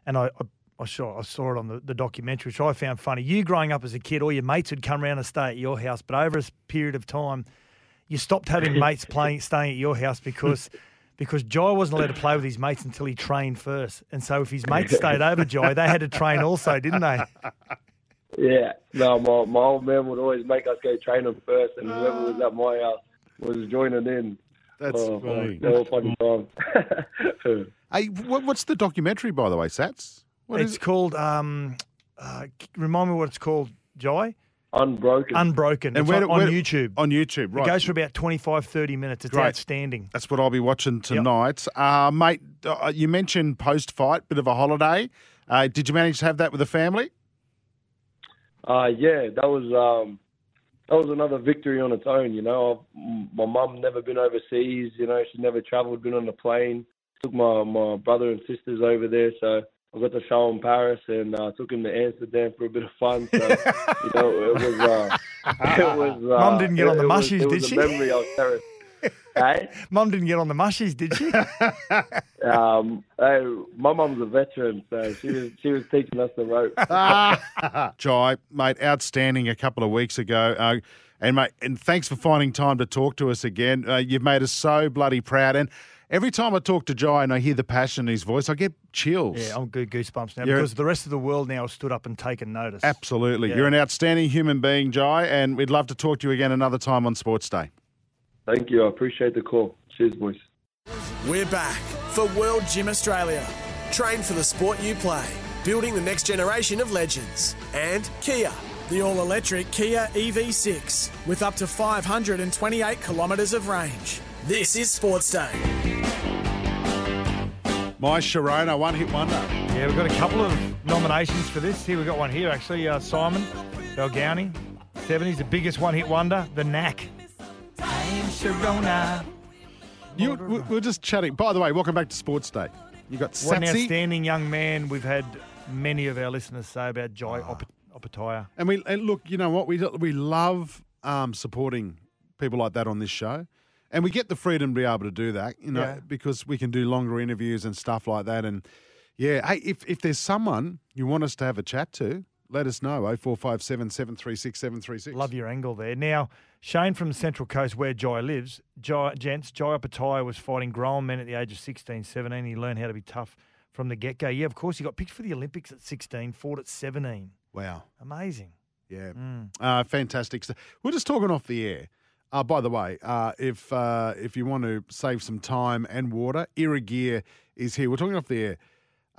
E: and I, I, I saw I saw it on the, the documentary, which I found funny. You growing up as a kid, all your mates would come round and stay at your house, but over a s- period of time, you stopped having mates playing staying at your house because because Jai wasn't allowed to play with his mates until he trained first. And so if his mates stayed over Jai, they had to train also, didn't they?
M: Yeah, no, my, my old man would always make us go train them first, and whoever was at my house was joining in.
D: That's
M: oh,
D: funny.
M: They were fucking gone.
D: Hey, what, what's the documentary, by the way, Sats? What
E: it's
D: is it?
E: called um uh, c- remind me what it's called, Jai?
M: Unbroken.
E: Unbroken. it's
D: where
E: on,
D: do-
E: on
D: where-
E: YouTube.
D: On YouTube, right.
E: It goes for about 25, 30 minutes. It's outstanding.
D: That's what I'll be watching tonight. Uh, mate, uh, you mentioned post fight, bit of a holiday. Uh, did you manage to have that with the family?
M: Uh, yeah, that was um, that was another victory on its own. You know, I've, m- my mum never been overseas. You know, she's never travelled, been on a plane. Took my my brother and sisters over there, so I got to show them Paris and uh, took him to Amsterdam for a bit of fun. So you know, it was uh, it was. Uh,
E: Mum didn't get
M: it-
E: on the
M: it was-
E: mushies,
M: it was
E: did
M: a
E: she?
M: Memory I was cherish. Hey?
E: Mum didn't get on the mushies, did she?
M: Um, hey, my mum's a veteran, so she was she was teaching us the ropes.
D: Jai, mate, outstanding a couple of weeks ago. Uh, and mate, and thanks for finding time to talk to us again. Uh, you've made us so bloody proud. And every time I talk to Jai and I hear the passion in his voice, I get chills.
E: yeah, I'm good goosebumps now
D: You're-
E: because the rest of the world now has stood up and taken notice.
D: Absolutely.
E: Yeah.
D: You're an outstanding human being, Jai, and we'd love to talk to you again another time on Sports Day.
M: Thank you. I appreciate the call. Cheers, boys.
C: We're back for World Gym Australia. Train for the sport you play, building the next generation of legends. And Kia, the all electric Kia EV6 with up to 528 kilometres of range. This is Sports Day.
D: My Sharona, one hit wonder.
E: Yeah, we've got a couple of nominations for this. Here, we've got one here, actually. Uh, Simon Belgowney, 70s, the biggest one hit wonder, The Knack. Sharona.
D: You, we we were just chatting. By the way, welcome back to Sports Day. You got
E: What an
D: Satsi,
E: outstanding young man. We've had many of our listeners say about Jai
D: Ah.
E: Op- Opataya.
D: and we and look. You know what? We we love um, supporting people like that on this show, and we get the freedom to be able to do that. You know,
E: Yeah.
D: because we can do longer interviews and stuff like that. And yeah, hey, if if there's someone you want us to have a chat to, let us know. Oh four five seven seven three six seven three six.
E: Love your angle there. Now, Shane from the Central Coast, where Jai lives, Jai, gents, Jai Opatia was fighting grown men at the age of 16, 17. He learned how to be tough from the get go. Yeah, of course, he got picked for the Olympics at 16, fought at 17.
D: Wow.
E: Amazing.
D: Yeah.
E: Mm.
D: Uh, fantastic. stuff. we're just talking off the air. Uh, by the way, uh, if uh, if you want to save some time and water, Irrigear is here. We're talking off the air.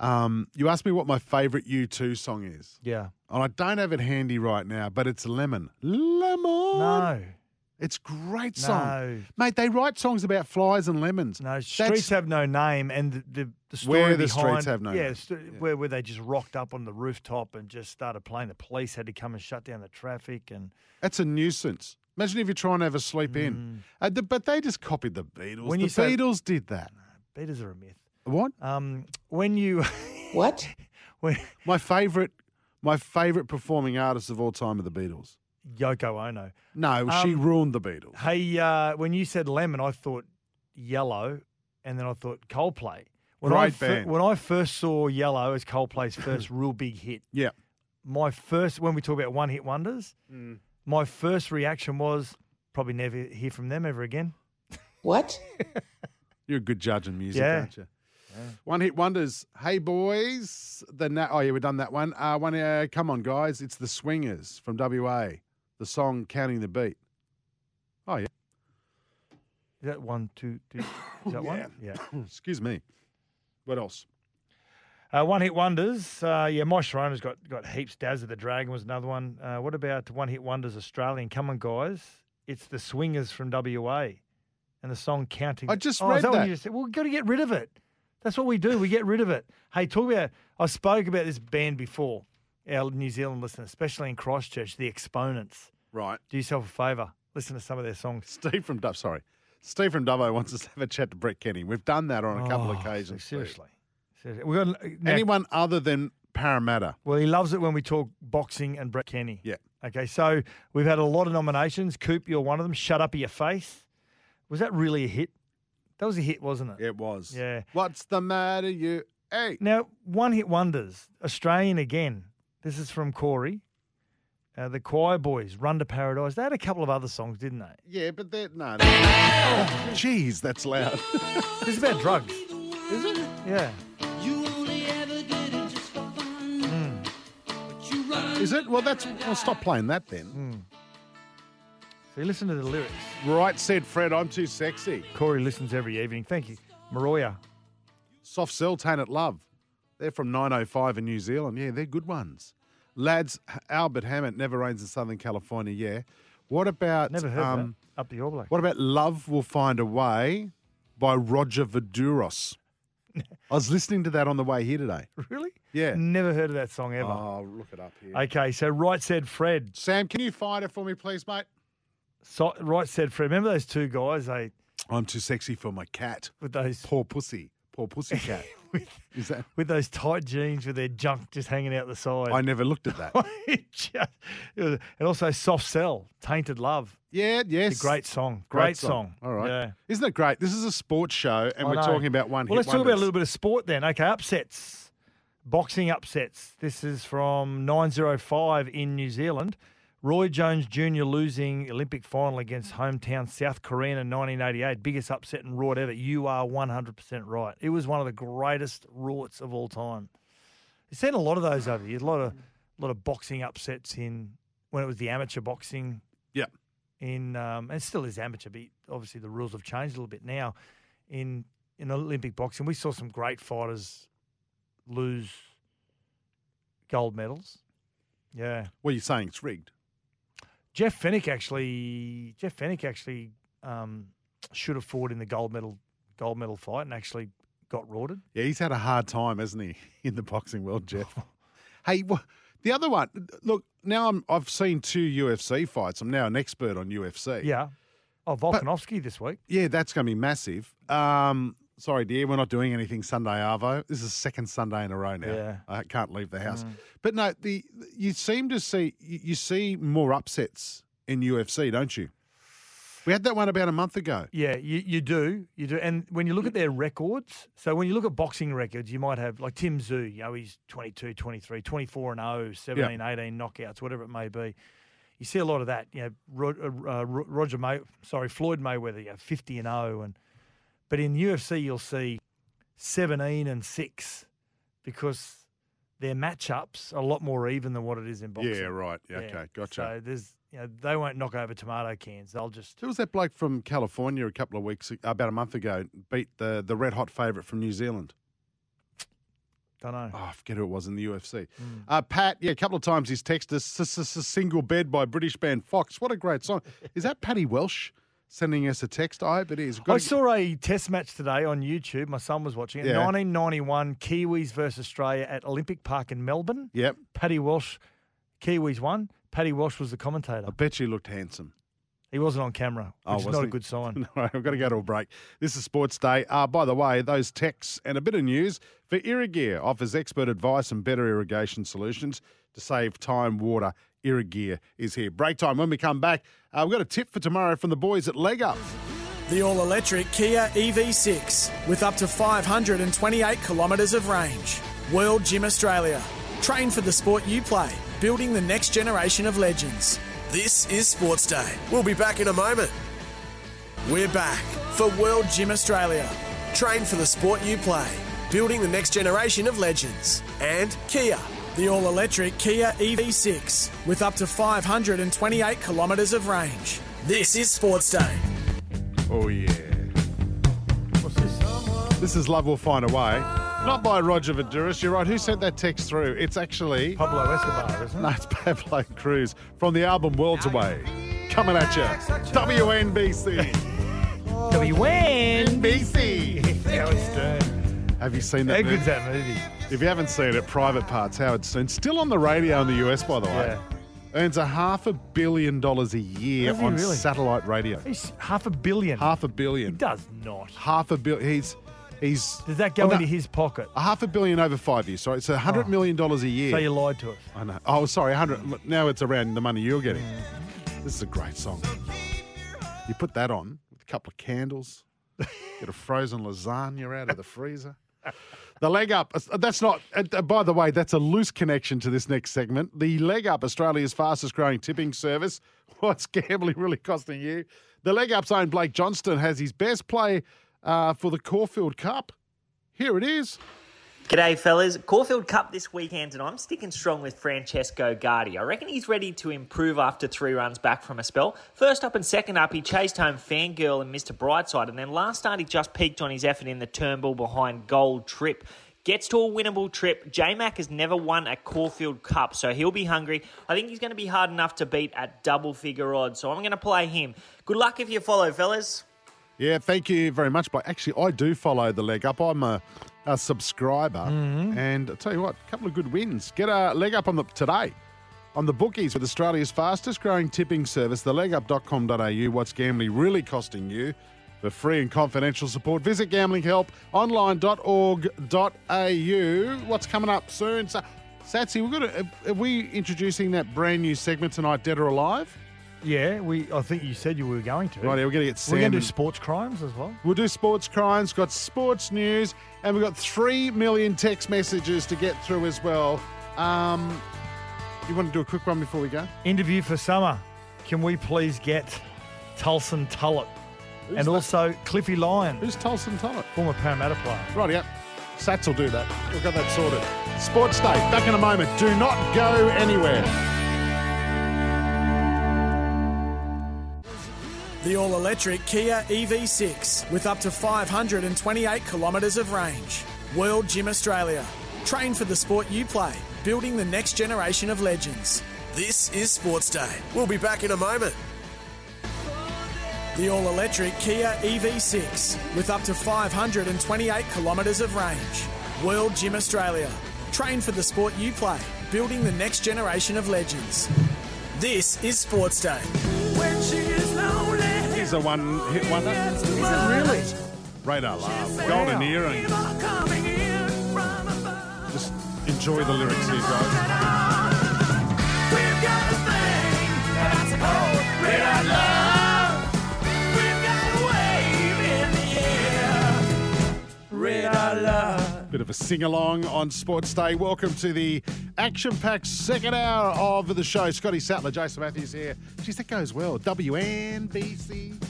D: Um, you asked me what my favourite U2 song is,
E: Yeah.
D: and I don't have it handy right now, but it's Lemon. Lemon.
E: No.
D: It's great song.
E: No.
D: Mate, they write songs about flies and lemons.
E: No, Streets Have No Name and the, the, the story
D: Where the
E: behind,
D: streets have no
E: yeah,
D: name.
E: st- Where, where they just rocked up on the rooftop and just started playing. The police had to come and shut down the traffic and
D: That's a nuisance. Imagine if you try and have a sleep in. Uh, the, but they just copied the Beatles.
E: Mm. When
D: the
E: you say-
D: Beatles did that.
E: beaters are a myth.
D: What?
E: Um, when you
D: What?
E: when
D: my favorite, my favorite performing artist of all time are the Beatles.
E: Yoko Ono.
D: No, she
E: Um,
D: ruined the Beatles.
E: Hey, uh, when you said lemon, I thought yellow, and then I thought Coldplay. When I
D: Great band.
E: when I first saw Yellow as Coldplay's first real big hit,
D: Yeah, Mm.
E: my first when we talk about one hit wonders, my first reaction was probably never hear from them ever again.
D: What? You're a good judge in music,
E: Yeah.
D: aren't you? One hit wonders. Hey boys, the na- oh yeah, we've done that one. Uh, one, uh, come on guys, it's the Swingers from WA. The song "Counting the Beat." Oh yeah,
E: Is that one, two, two? Is that one? Yeah.
D: Excuse me. What else?
E: Uh, one hit wonders. Uh, yeah, my Sharona's got got heaps. Daz of the Dragon was another one. Uh, what about one hit wonders Australian? Come on, guys! It's the Swingers from WA, and the song "Counting."
D: I just
E: oh,
D: read
E: is that. What
D: that.
E: you just said? Well, we've got to get rid of it. That's what we do. We get rid of it. Hey, talk about. I spoke about this band before. Our New Zealand listeners, especially in Christchurch, the Exponents.
D: Right.
E: Do yourself a favour. Listen to some of their songs.
D: Steve from Dub. Sorry, Steve from Dubbo wants us to have a chat to Brett Kenny. We've done that on a couple of
E: Oh,
D: occasions.
E: seriously. Seriously. We got now-
D: anyone other than Parramatta?
E: Well, he loves it when we talk boxing and Brett Kenny.
D: Yeah.
E: Okay, so we've had a lot of nominations. Coop, you're one of them. Shut up, your face. Was that really a hit? That was a hit, wasn't it?
D: It was.
E: Yeah.
D: What's the matter, you? Hey.
E: Now, one hit wonders. Australian again. This is from Corey. Uh, the Choir Boys, Run to Paradise. They had a couple of other songs, didn't they?
D: Yeah, but that no. no. Oh, jeez, that's loud.
E: This is about drugs.
D: Is it?
E: Yeah.
D: Is it? Well, that's. Well, stop playing that then.
E: So you listen to the lyrics.
D: Right, said Fred. I'm too sexy.
E: Corey listens every evening. Thank you, Maroya.
D: Soft sell, taint at love. They're from 905 in New Zealand. Yeah, they're good ones. Lads, H- Albert Hammett never rains in Southern California. Yeah. What about
E: Never heard
D: um,
E: that. Up the All Black.
D: What about Love Will Find a Way by Roger Vaduros? I was listening to that on the way here today.
E: Really?
D: Yeah.
E: Never heard of that song ever.
D: Oh, look it up here.
E: Okay, so Right Said Fred.
D: Sam, can you find it for me, please, mate?
E: So, right Said Fred. Remember those two guys? They
D: I'm too sexy for my cat.
E: With those
D: poor pussy, poor pussy cat. Is that?
E: with those tight jeans with their junk just hanging out the side.
D: I never looked at that.
E: It just- it was- and also Soft Cell, Tainted Love.
D: Yeah, yes.
E: It's a great song. Great, song.
D: All right.
E: Yeah.
D: Isn't it great? This is a sports show, and
E: I
D: we're
E: know.
D: talking about one.
E: Well,
D: hit
E: let's talk about a
D: wonders.
E: little bit of sport then. Okay, upsets. Boxing upsets. This is from 905 in New Zealand. Roy Jones Jr. losing Olympic final against hometown South Korean in 1988. Biggest upset in Raw ever. You are 100% right. It was one of the greatest rorts of all time. You've seen a lot of those over the years. A lot of, lot of boxing upsets in when it was the amateur boxing
D: Yep.
E: in um, and still is amateur, but obviously the rules have changed a little bit now. In in Olympic boxing, we saw some great fighters lose gold medals. Yeah,
D: What are you saying? It's rigged.
E: Jeff Fennick actually, Jeff Fennick actually um, should have fought in the gold medal gold medal fight and actually got rorted.
D: Yeah, he's had a hard time, hasn't he, in the boxing world, Jeff? hey, wha- the other one. Look, now I'm, I've seen two UFC fights. I'm now an expert on UFC.
E: Yeah, oh Volkanovski this week.
D: Yeah, that's going to be massive. Um, sorry, dear, we're not doing anything Sunday Arvo. This is the second Sunday in a row now.
E: Yeah.
D: I can't leave the house.
E: Mm.
D: But no, the you seem to see you, you see more upsets in UFC, don't you? We had that one about a month ago.
E: Yeah, you, you do. You do. And when you look
D: Mm.
E: at their records, so when you look at boxing records, you might have like Tim Zhu, you know, he's 22, 23, 24 and 0, 17, 18 knockouts, whatever it may be. You see a lot of that. You know, Rod, uh, uh, Ro- Roger May, sorry, Floyd Mayweather, you know, 50 and 0. And, but in UFC, you'll see 17 and 6 because their matchups are a lot more even than what it is in boxing.
D: Yeah, right. Yeah, okay, gotcha.
E: So there's, you know, they won't knock over tomato cans. They'll just
D: Who was that bloke from California a couple of weeks about a month ago beat the the red hot favourite from New Zealand?
E: Don't know.
D: Oh, I forget who it was in the UFC.
E: Hmm.
D: Uh, Pat, yeah, a couple of times he's texted us "S- s- s- "Single Bed" by British band Fox. What a great song! Is that Paddy Welsh sending us a text? I hope it is.
E: I saw a test match today on YouTube. My son was watching it.
D: Yeah.
E: 1991 Kiwis versus Australia at Olympic Park in Melbourne.
D: Yep.
E: Paddy Welsh, Kiwis won. Paddy Welsh was the commentator. I
D: bet you looked handsome.
E: He wasn't on camera,
D: Oh,
E: which is not
D: wasn't
E: a
D: he?
E: good sign.
D: All right, we've got to go to a break. This is Sports Day. Uh, by the way, those texts and a bit of news for Irrigear offers expert advice and better irrigation solutions to save time, water. Irrigear is here. Break time. When we come back, uh, we've got a tip for tomorrow from the boys at Leg Up.
C: The all electric Kia
J: E
C: EV6 with up to 528 kilometres of range. World Gym Australia. Train for the sport you play, building the next generation of legends.
J: This is Sports Day. We'll be back in a moment. We're back for World Gym Australia. Train for the sport you play, building the next generation of legends. And Kia.
C: The all electric Kia
J: E
C: EV6 with up to 528 kilometres of range.
J: This is Sports Day.
D: Oh, yeah. This is Love Will Find a Way. Not by Roger Verduris. You're right. Who sent that text through? It's actually.
E: Pablo Escobar, isn't it?
D: No, it's Pablo Cruz from the album Worlds Away. Coming at you. WNBC.
E: WNBC. Howard Stern.
D: Have you seen
E: How
D: that
E: good's
D: movie?
E: that movie?
D: If you haven't seen it, Private Parts, Howard Stern. Still on the radio in the US, by the way.
E: Yeah.
D: Earns a half a billion dollars a year
E: Does he
D: on
E: really?
D: satellite radio.
E: He's half a billion.
D: Half a billion.
E: Does not.
D: half a bill. He's he's.
E: Does that go
D: Oh, no.
E: into his pocket?
D: A half a billion over five years. Sorry, it's a hundred million dollars a year.
E: Oh. So you lied to us.
D: I know. Oh, sorry, hundred. look, Now it's around the money you're getting. This is a great song. You put that on with a couple of candles, get a frozen lasagna out of the freezer. The leg up. That's not. uh, By the way, that's a loose connection to this next segment. The leg up, Australia's fastest growing tipping service. What's gambling really costing you? The leg up's own Blake Johnston has his best play uh, for the Caulfield Cup. Here it is.
G: G'day, fellas. Caulfield Cup this weekend, and I'm sticking strong with Francesco Guardi. I reckon he's ready to improve after three runs back from a spell. First up and second up, he chased home Fangirl and Mr. Brightside, and then last start, he just peaked on his effort in the Turnbull behind Gold Trip. Gets to a winnable trip. J Mac has never won a Caulfield Cup, so he'll be hungry. I think he's going to be hard enough to beat at double figure odds, so I'm going to play him. Good luck if you follow, fellas.
D: Yeah, thank you very much. But actually, I do follow the leg up. I'm a, a subscriber, and I tell you what, a couple of good wins. Get a leg up on the today on the bookies with Australia's fastest growing tipping service, thelegup.com.au. What's gambling really costing you? For free and confidential support, visit gamblinghelponline.org.au. What's coming up soon? So, Satsy, we're going to, are we introducing that brand new segment tonight, Dead or Alive?
E: Yeah, we. I think you said you were going to.
D: Right, yeah, we're going to get
E: We're
D: Sam
E: going to do
D: and-
E: sports crimes as well.
D: We'll do sports crimes, got sports news, and we've got 3 million text messages to get through as well. Um, you want to do a quick one before we go?
E: Interview for summer. Can we please get Tulson Tullett and also Cliffy Lyon? Who's
D: Tulson Tullett?
E: Former Parramatta player.
D: Right, yeah. Sats will do that. We've got that sorted. Sports Day, back in a moment. Do not go anywhere.
C: The all electric Kia EV6 with up to 528 kilometres of range. World Gym Australia. Train for the sport you play, building the next generation of legends.
J: This is Sports Day. We'll be back in a moment.
C: The all electric Kia EV6 with up to 528 kilometres of range. World Gym Australia. Train for the sport you play, building the next generation of legends.
J: This is Sports Day.
D: Here's a one hit wonder. Is it really? Radar Love, Golden Earring. Just enjoy the lyrics here, guys. Bit of a sing along on Sports Day. Welcome to the action packed second hour of the show. Scotty Sattler, Jason Matthews here. Jeez, that goes well. WNBC.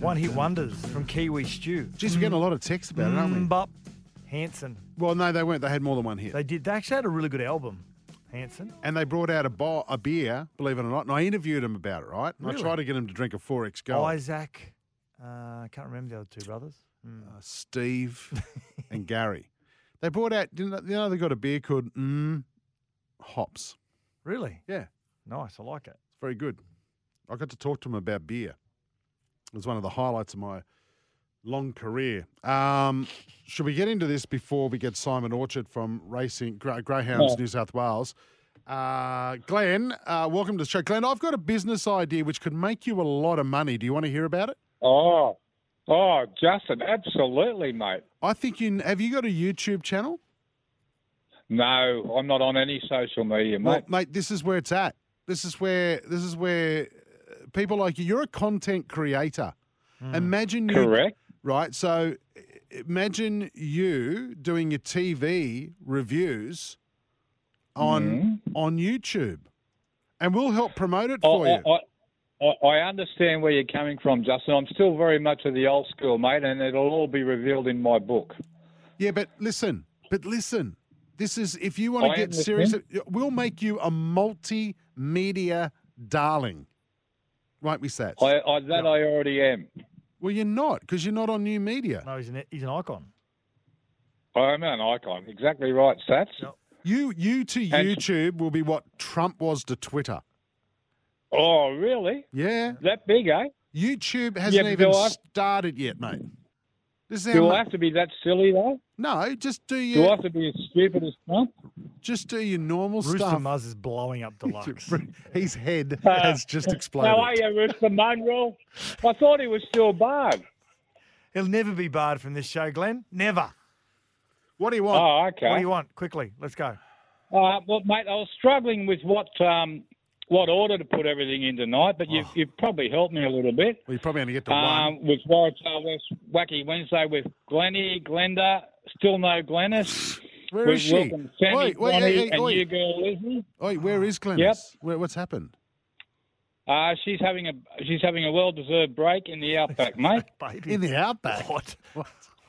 E: One hit wonders from Kiwi Stew.
D: Jeez, we're getting a lot of texts about it, aren't we?
E: Mbop Hanson.
D: Well, no, they weren't. They had more than one hit.
E: Mm, They did. They actually had a really good album, Hanson.
D: and they brought out a, bo- a beer, believe it or not. And I interviewed him about it, right? And I
E: Really?
D: tried to get him to drink a 4X Gold.
E: Isaac. Uh, I can't remember the other two brothers.
D: Uh, Steve and Gary. They brought out, you know, you know, they got a beer called mm, Hops.
E: Really?
D: Yeah.
E: Nice. I like it.
D: It's very good. I got to talk to him about beer. It was one of the highlights of my long career. Um, should we get into this before we get Simon Orchard from Racing Gre- Greyhounds
N: Yeah.
D: New South Wales? Uh, Glenn, uh, welcome to the show. Glenn, I've got a business idea which could make you a lot of money. Do you want to hear about it?
N: Oh, oh, Justin, absolutely, mate.
D: I think you have you got a YouTube channel?
N: No, I'm not on any social media,
D: Well,
N: mate.
D: mate, this is where it's at. This is where this is where uh, people like you. You're a content creator. Imagine you,
N: Hmm. Correct.
D: right? So i- imagine you doing your
N: Mm-hmm.
D: TV reviews on on YouTube. and we'll help promote it
N: I-
D: for you.
N: I, I, I understand where you're coming from, Justin. I'm still very much of the old school, mate, and it'll all be revealed in my book.
D: Yeah, but listen, but listen. This is if you want
N: I
D: to get
N: understand.
D: serious, we'll make you a multimedia darling. Right, we said.
N: I, I, that I already am.
D: Well, you're not because you're not on new media.
E: No, he's an he's an icon.
N: I'm an icon. Exactly right, Sats.
D: You you to YouTube will be what Trump was to Twitter.
N: Oh, really?
D: Yeah.
N: That big, eh?
D: YouTube
N: Yeah,
D: hasn't
N: but
D: even
N: do I-
D: started yet, mate. This is how
N: Do
D: mu-
N: I have to be that silly, though?
D: No, just do
N: Do I
D: your
N: have to be as stupid as Trump?
D: just do your normal
E: Rooster
D: stuff.
E: Muzz is blowing up deluxe.
D: His head
N: Uh,
D: has just exploded.
N: How are you, Rooster Mongrel? I thought he was still barred.
E: He'll never be barred from this show, Glenn. Never.
D: What do you
N: want? Oh, okay.
E: What do you want? Quickly, let's go.
N: Uh, well, mate, I was struggling with what um, what order to put everything in tonight, but you've, you've probably helped me a little bit.
D: Well, you're probably going to get to Oh. one.
N: Um, with Waratah West Wacky Wednesday with Glenny, Glenda, still no Glennis.
D: Where
N: with
D: is she?
N: Wilkin, Sandy,
D: Oi, oi,
N: Glenny,
D: oi, oi,
N: and
D: oi.
N: you girl Lizzie.
D: Oi, where is Glennis?
N: Yep.
D: Where, what's happened?
N: Uh, she's having a she's having a well deserved break in the outback, mate.
D: In the outback.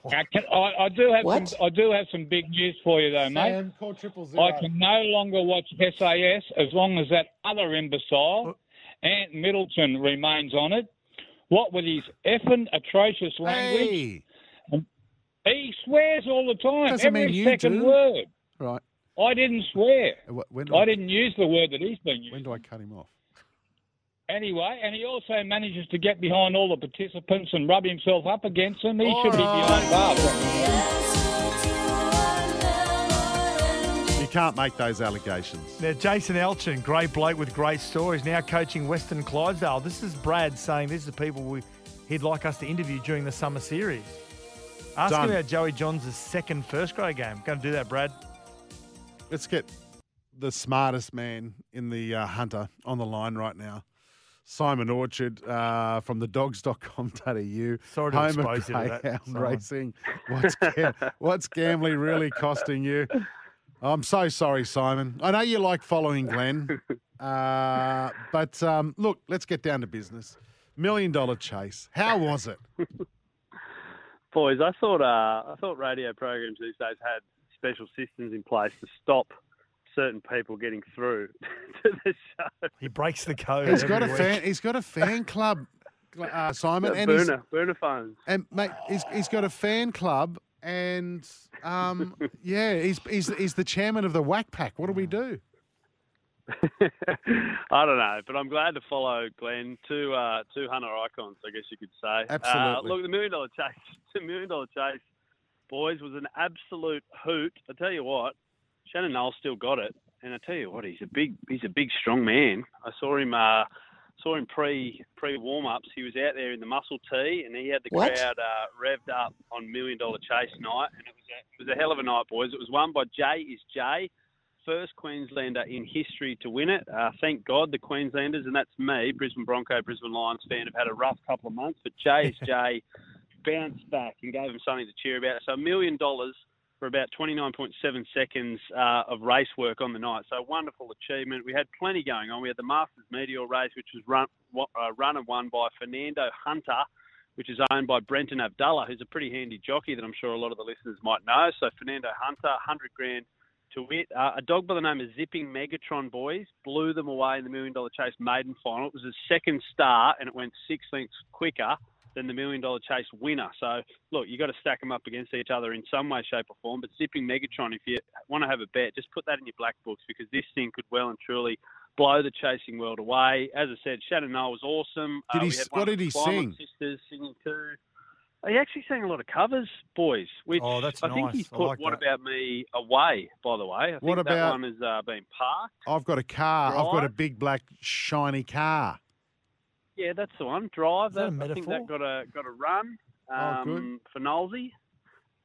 E: What?
N: I, can, I, I do have
D: What?
N: some I do have some big news for you though, mate.
D: Sam, call triple zero.
N: I can no longer watch SAS as long as that other
D: Oh.
N: imbecile, Ant Middleton, remains on it. What with his effing atrocious language.
D: Hey.
N: He swears all the time,
D: Doesn't
N: every
D: mean you
N: second
D: do.
N: word.
D: Right.
N: I didn't swear.
D: when do
N: I
D: I-
N: didn't use the word that he's been using.
D: When do I cut him off?
N: Anyway, and he also manages to get behind all the participants and rub himself up against them. He
D: All
N: should be
D: right.
N: behind bars.
D: You can't make those allegations.
E: Now, Jason Elchin, great bloke with great stories, now coaching Western Clydesdale. This is Brad saying these are people we, he'd like us to interview during the summer series. Ask
D: Done.
E: him about Joey Johns' second first grade game. Going to do that, Brad.
D: Let's get the smartest man in the uh, Hunter on the line right now. Simon Orchard uh, from the dogs.com.au.
E: Sorry to
D: home
E: expose you to
D: of
E: that,
D: greyhound
E: Simon.
D: racing. What's, gam- what's gambling really costing you? I'm so sorry, Simon. I know you like following Glenn, uh, but um, look, let's get down to business. Million dollar chase. How was it?
H: Boys, I thought uh, I thought radio programs these days had special systems in place to stop certain people getting through to the show.
E: He breaks the code.
D: He's got
E: every
D: a
E: week.
D: fan. He's got a fan club, uh, Simon,
H: Yeah,
D: and he's,
H: burner, burner phones.
D: And mate, he's, he's got a fan club, and um, yeah, he's, he's he's the chairman of the Whack Pack. What do we do?
H: I don't know, but I'm glad to follow Glenn. Two uh, two hunter icons, I guess you could say.
D: Absolutely.
H: Uh, look, the million dollar chase, the million dollar chase, boys was an absolute hoot. I tell you what, Shannon Knoll still got it, and I tell you what, he's a big he's a big strong man. I saw him uh, saw him pre pre warm ups. He was out there in the muscle tee, and he had the
O: What?
H: crowd uh, revved up on million dollar chase night, and it was a, it was a hell of a night, boys. It was won by Jay is Jay first Queenslander in history to win it. Uh, thank God the Queenslanders, and that's me, Brisbane Bronco, Brisbane Lions fan, have had a rough couple of months, but JSJ bounced back and gave them something to cheer about. So a million dollars for about 29.7 seconds uh, of race work on the night. So a wonderful achievement. We had plenty going on. We had the Masters Meteor race, which was run, wa- uh, run and won by Fernando Hunter which is owned by Brenton Abdullah, who's a pretty handy jockey that I'm sure a lot of the listeners might know. So Fernando Hunter, 100 grand to wit. Uh, a dog by the name of Zipping Megatron Boys blew them away in the Million Dollar Chase maiden final. It was his second star, and it went six lengths quicker than the Million Dollar Chase winner. So look, you got to stack them up against each other in some way, shape, or form. But Zipping Megatron, if you want to have a bet, just put that in your black books because this thing could well and truly blow the chasing world away. As I said, Shannon Noel was awesome.
D: Did
H: Uh,
D: he
H: we
D: s-
H: had one
D: what
H: of
D: did
H: the
D: he
H: Climate
D: sing?
H: Sisters singing too. He actually sang a lot of covers, boys. Which
E: Oh, that's
H: I think
E: nice.
H: he's
E: I
H: put
E: like
H: "What
E: that.
H: About Me" away. By the way, I think
D: What
H: that
D: about-
H: one has uh, been parked.
D: I've got a car. I've got a
H: Right.
D: big black shiny car.
H: Yeah, that's the one. Drive.
D: that a
H: I think
D: metaphor? Oh,
H: that got a got a run um,
D: good.
H: for Knowlesy.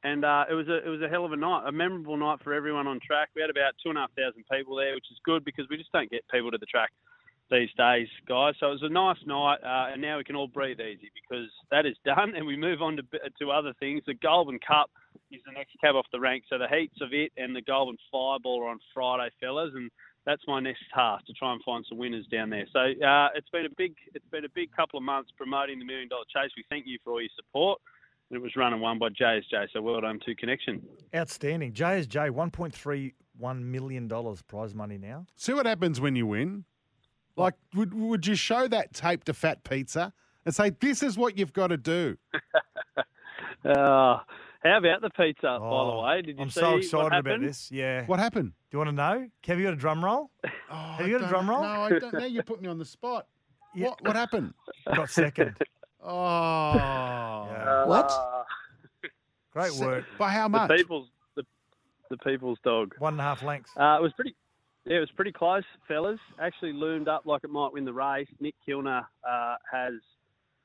H: And uh, it was a it was a hell of a night, a memorable night for everyone on track. We had about two and a half thousand people there, which is good because we just don't get people to the track these days, guys. So it was a nice night, uh, and now we can all breathe easy because that is done, and we move on to to other things. The Golden Cup is the next cab off the rank, so the heats of it and the Golden Fireball are on Friday, fellas, and that's my next task to try and find some winners down there. So uh, it's been a big it's been a big couple of months promoting the Million Dollar Chase. We thank you for all your support. And it was run and won by JSJ, so well done to Connection.
E: Outstanding. JSJ, $1.31 million prize money now.
D: See what happens when you win. Like, would would you show that tape to Fat Pizza and say, "This is what you've got to do"?
H: Uh, how about the pizza, Uh, by the way? Did you
E: Oh, I'm
H: see
E: so
H: what
E: excited about
H: happened?
E: this. Yeah.
D: What happened?
E: Do you want to know? Have you got a drum roll? Oh, Have you got a drum roll?
D: No, I don't. Now you put me on the spot. What what happened?
E: Got second.
D: Oh,
E: What? Great work.
D: Oh. By how
E: much?
H: Uh, The people's the, the people's dog.
E: One and a half lengths.
H: Uh, it was pretty. Yeah, it was pretty close, fellas. Actually loomed up like it might win the race. Nick Kilner uh, has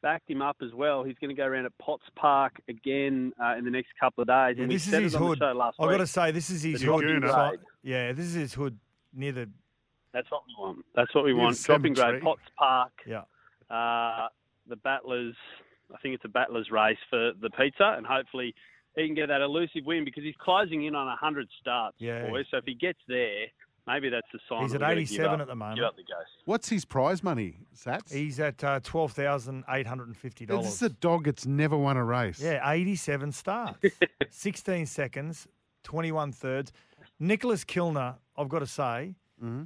H: backed him up as well. He's going to go around at Potts Park again uh, in the next couple of days.
E: Yeah,
H: and we
E: this is
H: said
E: his
H: it on
E: hood.
H: The show last
E: I've
H: week.
E: got to say, this is his
H: That he'll
E: hood.
H: do
E: So-
H: that.
E: yeah, this is his hood near the.
H: That's what we want. That's what we want. Dropping grade, Potts Park.
E: Yeah.
H: uh, the battlers. I think it's a battlers race for the pizza, and hopefully he can get that elusive win because he's closing in on 100 starts,
D: Yeah.
H: boys. So if he gets there, maybe that's the sign.
E: He's
H: that
E: at
H: we're gonna give
E: 87
H: up-
E: at the moment.
H: Give up the ghost.
D: What's his prize money, Sats?
E: He's at uh, twelve thousand eight hundred and fifty
D: This is
E: dollars.
D: a dog that's never won a race.
E: Yeah, eighty-seven starts, sixteen seconds, twenty-one thirds. Nicholas Kilner, I've got to say,
D: Mm-hmm.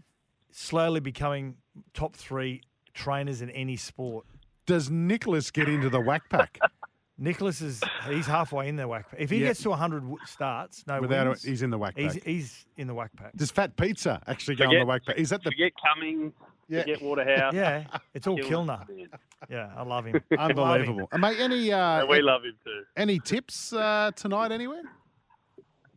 E: slowly becoming top three trainers in any sport.
D: Does Nicholas get into the whack pack?
E: Nicholas is he's halfway in the whack. Pack. If he
D: Yeah.
E: gets to hundred w- starts, no,
D: Without a-
E: wins,
D: he's in the whack
E: He's,
D: pack.
E: he's in the whack pack.
D: Does Fat Pizza actually go on the
E: Forget-
D: whack pack? Is that the
H: Forget Cumming. Forget Waterhouse.
E: Yeah, it's all
H: Kilner.
E: Kilner. Yeah, I love him. I love him.
D: unbelievable? And mate, any uh,
H: And we love him too.
D: any tips uh, tonight anywhere?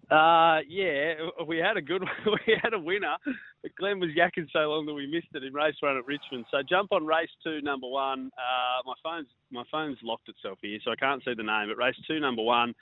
H: Uh, yeah, we had a good we had a winner, but Glenn was yakking so long that we missed it in race one at Richmond. So jump on race two, number one. Uh, my phone's my phone's locked itself here, so I can't see the name. But race two, number one,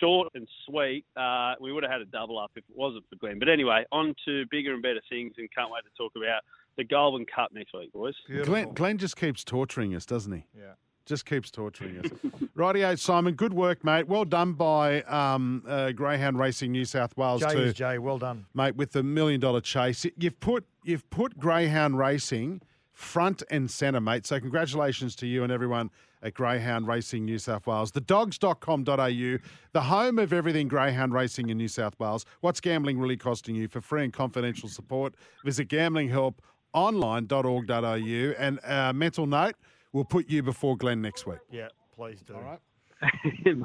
H: short and sweet. Uh, we would have had a double up if it wasn't for Glenn. But anyway, on to bigger and better things, and can't wait to talk about the Golden Cup next week, boys.
D: Glenn, Glenn just keeps torturing us, doesn't he?
E: Yeah.
D: Just keeps torturing us. Rightio, Simon. Good work, mate. Well done by um, uh, Greyhound Racing New South Wales
E: Jay
D: too,
E: is Jay. Well done.
D: mate. With the million dollar chase, you've put you've put Greyhound Racing front and centre, mate. So congratulations to you and everyone at Greyhound Racing New South Wales. The dogs.com.au, the home of everything Greyhound Racing in New South Wales. What's gambling really costing you? For free and confidential support, visit gamblinghelponline.org.au. And uh, mental note, we'll put you before Glenn next week.
E: Yeah, please do. All right.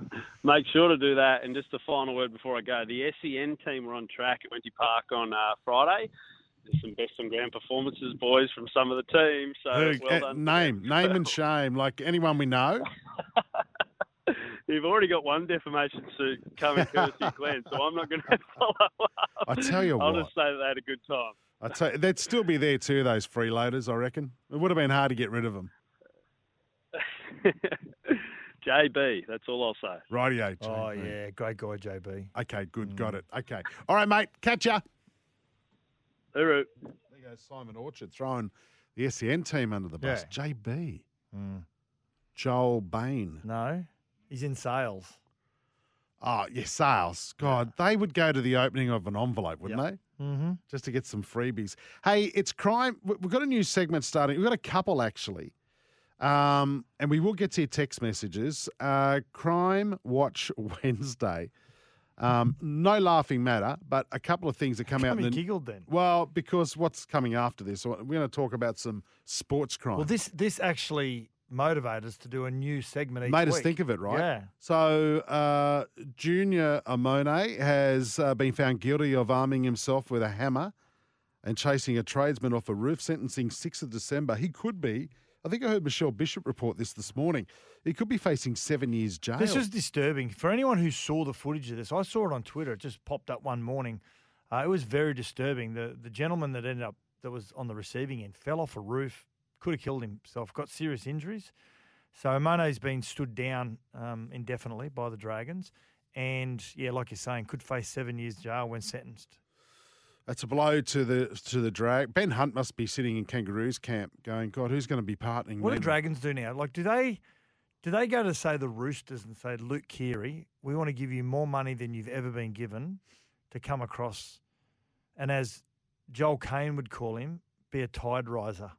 H: Make sure to do that. And just a final word before I go. The SEN team were on track at Wendy Park on uh, Friday. There's some best on ground performances, boys, from some of the teams. So
D: Who-
H: well
D: uh,
H: done.
D: name, name and shame, like anyone we know.
H: You've already got one defamation suit coming courtesy of Glenn, so I'm not going to follow up.
D: I tell you
H: I'll
D: what.
H: just say that they had a good time.
D: I'd say they'd still be there too, those freeloaders. I reckon it would have been hard to get rid of them.
H: JB, that's all I'll say.
D: Rightio,
E: Oh
D: JB.
E: yeah, Mm. great guy, JB.
D: Okay, good, got it. Okay, all right, mate. Catch ya.
H: There
D: goes Simon Orchard throwing the SEN team under the bus. JB,
E: Mm.
D: Joel Bain.
E: No, he's in sales.
D: Oh, yeah, sales. God, they would go to the opening of an envelope, wouldn't they?
E: Mm-hmm.
D: just to get some freebies. Hey, it's crime. we- We've got a new segment starting. We've got a couple actually, um, and we will get to your text messages. Uh, crime Watch Wednesday. Um, no laughing matter, but a couple of things that come out.
E: Come
D: in
E: he
D: the,
E: giggled then.
D: Well, because what's coming after this? We're going to talk about some sports crime.
E: Well, this this actually motivated us to do a new segment each
D: made us
E: week.
D: think of it, right?
E: Yeah.
D: So, uh, Junior Amone has uh, been found guilty of arming himself with a hammer and chasing a tradesman off a roof, sentencing 6th of December. He could be, I think I heard Michelle Bishop report this this morning, he could be facing seven years jail.
E: This was disturbing for anyone who saw the footage of this. I saw it on Twitter. It just popped up one morning. Uh, it was very disturbing. The the gentleman that ended up that was on the receiving end fell off a roof, could have killed himself, got serious injuries. So Mono's been stood down um, indefinitely by the Dragons, and yeah, like you're saying, could face seven years jail when sentenced.
D: That's a blow to the to the drag. Ben Hunt must be sitting in Kangaroos camp going, God, who's going to be partnering
E: What do
D: me?"
E: Dragons do now? Like, do they do they go to say the Roosters and say, Luke Keary, we want to give you more money than you've ever been given to come across, and as Joel Kane would call him, be a tide riser.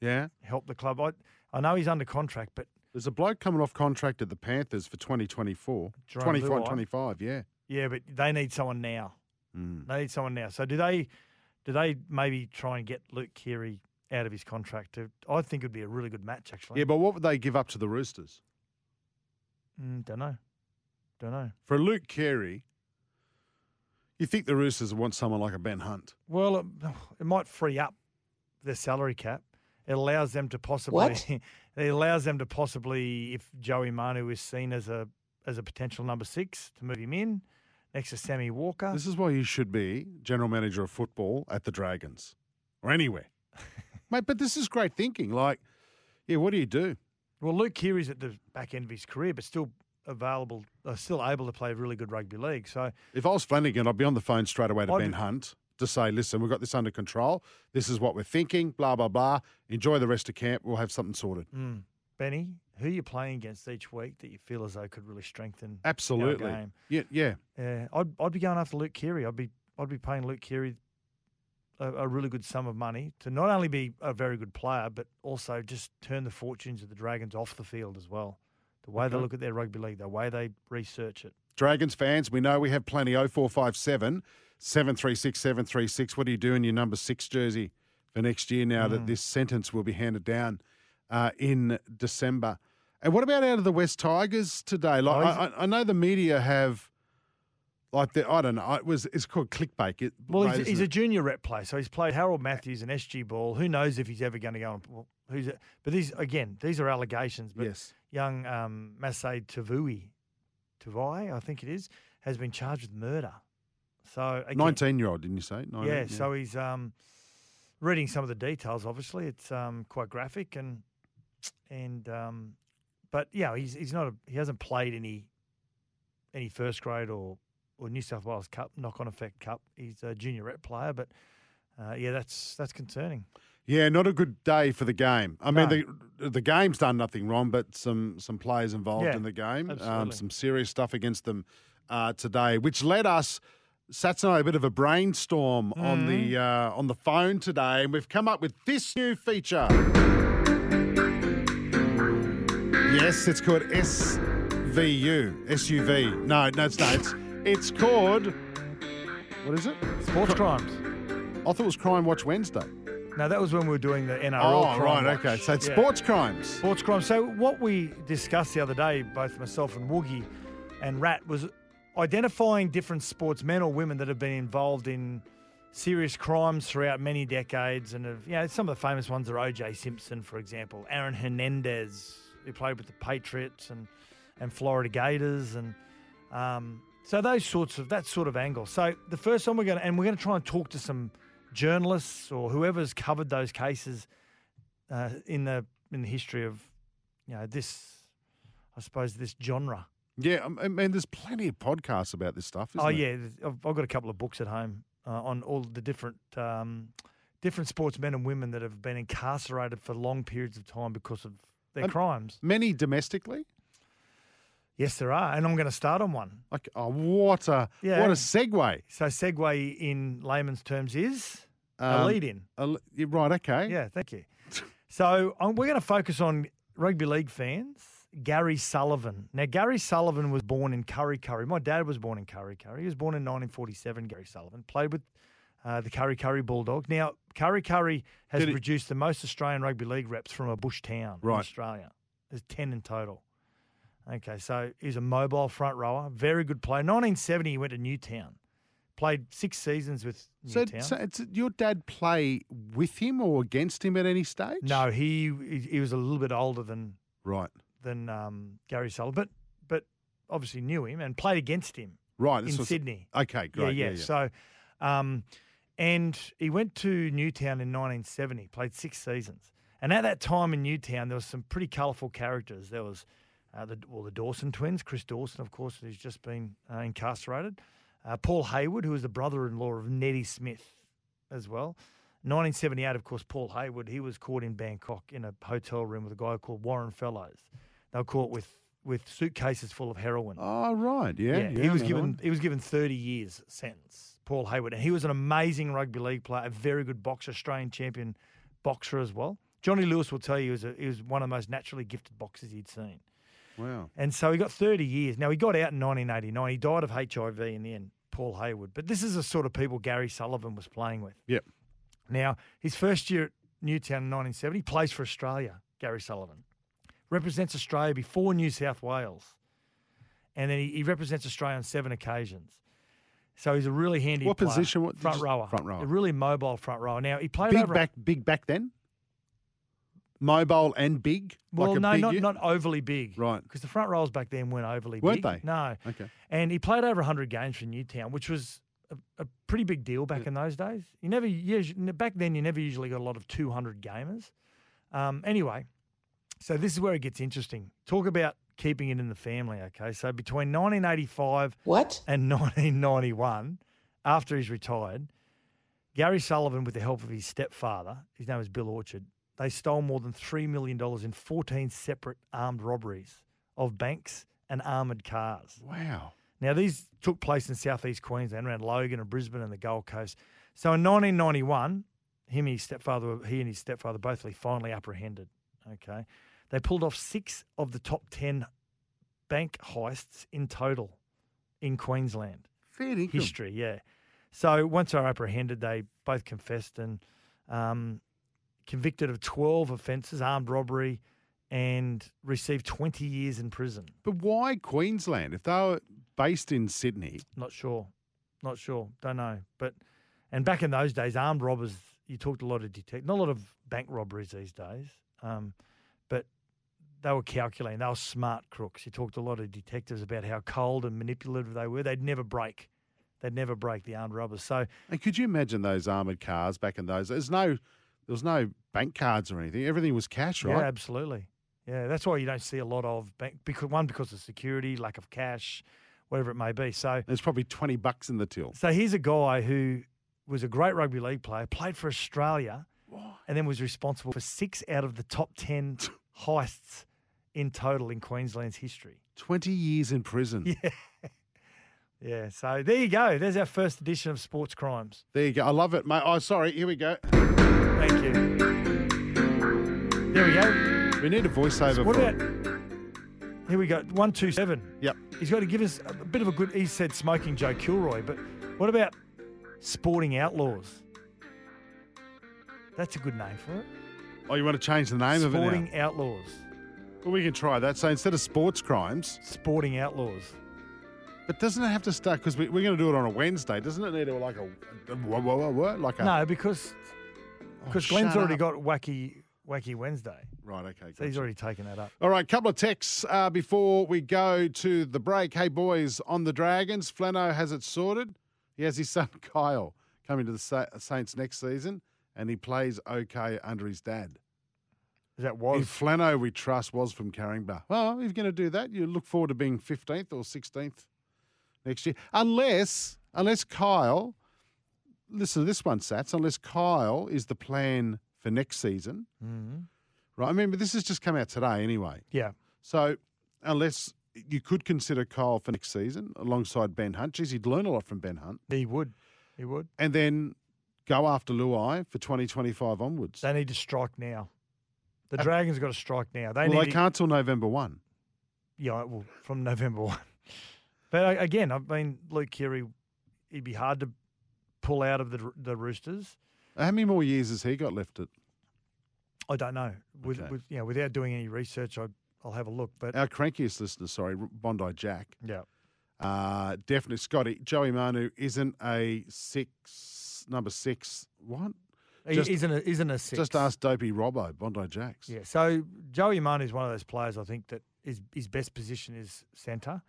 D: Yeah.
E: Help the club. I, I know he's under contract, but
D: There's a bloke coming off contract at the Panthers for 2024.
E: Jerome
D: 24 and
E: Luai.
D: 25, yeah.
E: yeah, but they need someone now.
D: Mm.
E: They need someone now. So do they? Do they maybe try and get Luke Keary out of his contract? To, I think it'd be a really good match actually.
D: Yeah, but what would they give up to the Roosters?
E: Mm, don't know. Don't know.
D: For Luke Carey, you think the Roosters want someone like a Ben Hunt.
E: Well, it, it might free up their salary cap. It allows them to possibly.
D: What?
E: it allows them to possibly, if Joey Manu is seen as a as a potential number six, to move him in next to Sammy Walker.
D: This is why you should be general manager of football at the Dragons or anywhere. Mate, but this is great thinking. Like, yeah, what do you do?
E: Well, Luke Keary's at the back end of his career, but still available, uh, still able to play really good rugby league. So
D: If I was Flanagan, I'd be on the phone straight away to
E: I'd
D: Ben
E: be-
D: Hunt to say, listen, we've got this under control. This is what we're thinking, blah, blah, blah. Enjoy the rest of camp. We'll have something sorted.
E: Mm. Benny, who are you playing against each week that you feel as though could really strengthen our
D: Absolutely.
E: game?
D: Yeah, yeah.
E: Yeah, I'd I'd be going after Luke Keary. I'd be I'd be paying Luke Keary a, a really good sum of money to not only be a very good player, but also just turn the fortunes of the Dragons off the field as well. The way they
D: Okay.
E: look at their rugby league, the way they research it.
D: Dragons fans, we know we have plenty. 0457 736 736. What do you do in your number six jersey for next year now that this sentence will be handed down uh, in December? And what about out of the West Tigers today? Like, I, I, I know the media have, like, the, I don't know, it was it's called clickbait. It,
E: Well,
D: right,
E: he's, he's
D: isn't
E: a
D: it?
E: junior rep player, so he's played Harold Matthews and SG Ball. Who knows if he's ever going to go on? well, Who's but these again? These are allegations. But
D: Yes.
E: young um, Masai Tavui, Tavai, I think it is, has been charged with murder. So again,
D: 19 year old, didn't you say? 19,
E: yeah, so he's um, reading some of the details. Obviously, it's um, quite graphic and and um, but yeah, he's he's not a, he hasn't played any any first grade or or New South Wales Cup knock on effect cup. He's a junior rep player, but uh, yeah, that's that's concerning.
D: Yeah, not a good day for the game. I mean,
E: No.
D: the the game's done nothing wrong, but some some players involved
E: Yeah,
D: in the game, um,
E: absolutely.
D: some serious stuff against them uh, today, which led us. Sats and I, a bit of a brainstorm on
E: Mm.
D: the uh, on the phone today, and we've come up with this new feature. Yes, it's called SVU. SUV. No, no, it's not. It's, it's called what is it?
E: Sports crimes.
D: I thought it was Crime Watch Wednesday.
E: Now that was when we were doing the NRL.
D: Oh,
E: crime
D: right,
E: watch.
D: okay. So it's
E: Yeah.
D: sports crimes.
E: Sports crimes. So what we discussed the other day, both myself and Woogie and Rat, was identifying different sportsmen or women that have been involved in serious crimes throughout many decades, and have, you know some of the famous ones are O.J. Simpson, for example, Aaron Hernandez, who played with the Patriots and and Florida Gators, and um, so those sorts of that sort of angle. So the first one we're going to and we're going to try and talk to some journalists or whoever's covered those cases uh, in the in the history of you know this, I suppose this genre.
D: Yeah, I mean, there's plenty of podcasts about this stuff. Isn't
E: oh
D: there?
E: yeah, th- I've, I've got a couple of books at home uh, on all the different um, different sportsmen and women that have been incarcerated for long periods of time because of their
D: And
E: crimes.
D: Many domestically.
E: Yes, there are, and I'm going to start on one.
D: Like, oh, what a
E: Yeah.
D: what a segue.
E: So segue in layman's terms is a
D: Um,
E: lead in.
D: a l- yeah, right. Okay.
E: Yeah, thank you. So um, we're going to focus on rugby league fans. Gary Sullivan. Now, Gary Sullivan was born in Curry Curry. My dad was born in Curry Curry. He was born in 1947. Gary Sullivan played with uh, the Curry Curry Bulldogs. Now, Curry Curry has
D: Did he-
E: produced the most Australian rugby league reps from a bush town in
D: Right.
E: Australia. There's 10 in total. Okay, so he's a mobile front rower, very good player. 1970, he went to Newtown, played six seasons with
D: So,
E: Newtown.
D: so it's, your dad play with him or against him at any stage?
E: No, he he- he was a little bit older than
D: Right.
E: than um, Gary Sullivan, but but obviously knew him and played against him.
D: Right. this
E: in
D: was-
E: Sydney.
D: Okay. Great.
E: Yeah, yeah.
D: yeah.
E: So, um, and he went to Newtown in 1970, played six seasons. And at that time in Newtown, there was some pretty colourful characters. There was uh, the well, the Dawson twins, Chris Dawson, of course, who's just been uh, incarcerated. Uh, Paul Hayward, who was the brother-in-law of Nettie Smith, as well. 1978, of course, Paul Hayward, he was caught in Bangkok in a hotel room with a guy called Warren Fellows. They were caught with, with suitcases full of heroin.
D: oh right. Yeah. yeah
E: he was
D: another
E: given
D: one.
E: he was given 30 years sentence Paul Hayward, and he was an amazing rugby league player, a very good boxer, Australian champion boxer as well. Johnny Lewis will tell you he was, a, he was one of the most naturally gifted boxers he'd seen.
D: Wow.
E: And so he got 30 years. Now, he got out in 1989. He died of HIV in the end, Paul Hayward. But this is the sort of people Gary Sullivan was playing with.
D: Yep.
E: Now, his first year at Newtown in 1970, he plays for Australia, Gary Sullivan. Represents Australia before New South Wales. And then he, he represents Australia on seven occasions. So he's a really handy
D: What
E: player.
D: position? What-
E: front
D: just-
E: rower.
D: front rower.
E: A really mobile front rower. Now, he played
D: Big
E: over
D: back, big back then. Mobile and big.
E: Well,
D: like a
E: no,
D: big
E: not,
D: year?
E: not overly big.
D: Right.
E: Because the front rows back then weren't overly
D: Weren't they?
E: big. No.
D: Okay.
E: And he played over 100 games for Newtown, which was a, a pretty big deal back in those days. You never, yes, back then, you never usually got a lot of 200 gamers. Um, anyway, so this is where it gets interesting. Talk about keeping it in the family, okay? So between 1985
F: what
E: and 1991, after he's retired, Gary Sullivan, with the help of his stepfather, his name is Bill Orchard, they stole more than $3 million in 14 separate armed robberies of banks and armoured cars.
D: Wow.
E: Now, these took place in southeast Queensland, around Logan and Brisbane and the Gold Coast. So in 1991, him and his stepfather, were- he and his stepfather both were finally apprehended. Okay. They pulled off six of the top 10 bank heists in total in Queensland
D: Fair dinkum.
E: history. Yeah. So once they were apprehended, they both confessed and um, convicted of 12 offences, armed robbery, and received 20 years in prison.
D: But why Queensland? If they were based in Sydney,
E: Not sure. Not sure. Don't know. But and back in those days, armed robbers, you talked a lot of detect, not a lot of bank robberies these days. Um, but they were calculating. They were smart crooks. You talked to a lot of detectives about how cold and manipulative they were. They'd never break. They'd never break the armed robbers. So
D: and could you imagine those armored cars back in those? There's no, there was no bank cards or anything. Everything was cash,
E: yeah,
D: right?
E: absolutely. Yeah, that's why you don't see a lot of bank because one because of security, lack of cash, whatever it may be. So
D: There's probably twenty bucks in the till.
E: So here's a guy who was a great rugby league player, played for Australia, and then was responsible for six out of the top 10 heists in total in Queensland's history.
D: Twenty years in prison. Yeah.
E: Yeah, so there you go. There's our first edition of Sports Crimes.
D: There you go. I love it, mate. Oh, sorry. Here we go.
E: Thank you. There we go.
D: We need a voiceover.
E: What
D: for
E: about. Here we go. 127.
D: Yep.
E: He's got to give us a bit of a good. He said smoking Joe Kilroy, but what about Sporting Outlaws? That's a good name for it.
D: Oh, you want to change the name of it? now?
E: Sporting Outlaws.
D: Well, we can try that. So instead of sports crimes,
E: sporting outlaws.
D: But doesn't it have to start? Because we, we're going to do it on a Wednesday. Doesn't it need a, like a, a wha- wha- wha- wha- like a
E: No, because because
D: Oh,
E: Glenn's
D: shut
E: already
D: up.
E: got wacky wacky Wednesday,
D: right? Okay,
E: so he's already taken that up.
D: All right, couple of texts uh, before we go to the break. Hey, boys, on the Dragons, Flano has it sorted. He has his son Kyle coming to the Sa- Saints next season, and he plays okay under his dad.
E: That was
D: In Flano, we trust, was from Carringbar. Well, if you're going to do that, you look forward to being 15th or 16th next year. Unless, unless Kyle, listen to this one, Sats, unless Kyle is the plan for next season, right? Remember, this has just come out today anyway.
E: Yeah.
D: So, unless you could consider Kyle for next season alongside Ben Hunt, geez, he'd learn a lot from Ben Hunt.
E: He would. He would.
D: And then go after Luai for 2025 onwards.
E: They need to strike now. The Dragons got to strike now. They
D: well,
E: need
D: they
E: to-
D: can't till November 1.
E: Yeah, well, from November one. But a- again, I mean, Luke Keary, he'd be hard to pull out of the the Roosters.
D: How many more years has he got left at
E: I don't know. With,
D: Okay.
E: with you know, without doing any research, I I'll have a look. But
D: Our crankiest listener, sorry, Bondi Jack.
E: yeah,
D: Uh, definitely Scotty. Joey Manu isn't a six, number six. What?
E: He isn't a- isn't a six.
D: Just ask Dopey Robbo, Bondi Jacks.
E: Yeah, so Joey Manu is one of those players I think that his, his best position is centre.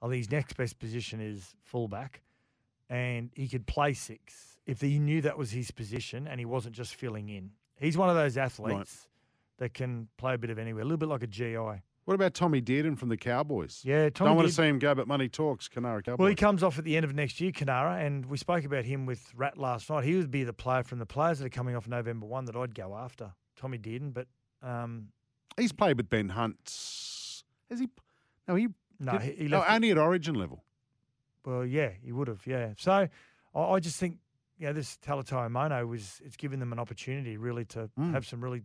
E: I think his next best position is fullback. And he could play six if he knew that was his position and he wasn't just filling in. He's one of those athletes that can play a bit of anywhere, a little bit like a GI.
D: What about Tommy Dearden from the Cowboys?
E: Yeah, Tommy
D: Don't want
E: Dearden-
D: to see him go, but money talks, Canara Cowboys.
E: Well, he comes off at the end of next year, Kanara, and we spoke about him with Rat last night. He would be the player from the players that are coming off November 1 that I'd go after. Tommy Dearden, but um,
D: He's played with Ben Hunt. Has he? No, he.
E: No,
D: did- Oh,
E: he- he
D: no,
E: left it-
D: only at origin level.
E: Well, yeah, he would have. Yeah. So I, I just think yeah, this Talatai Mono was it's given them an opportunity really to
D: Mm.
E: have some really,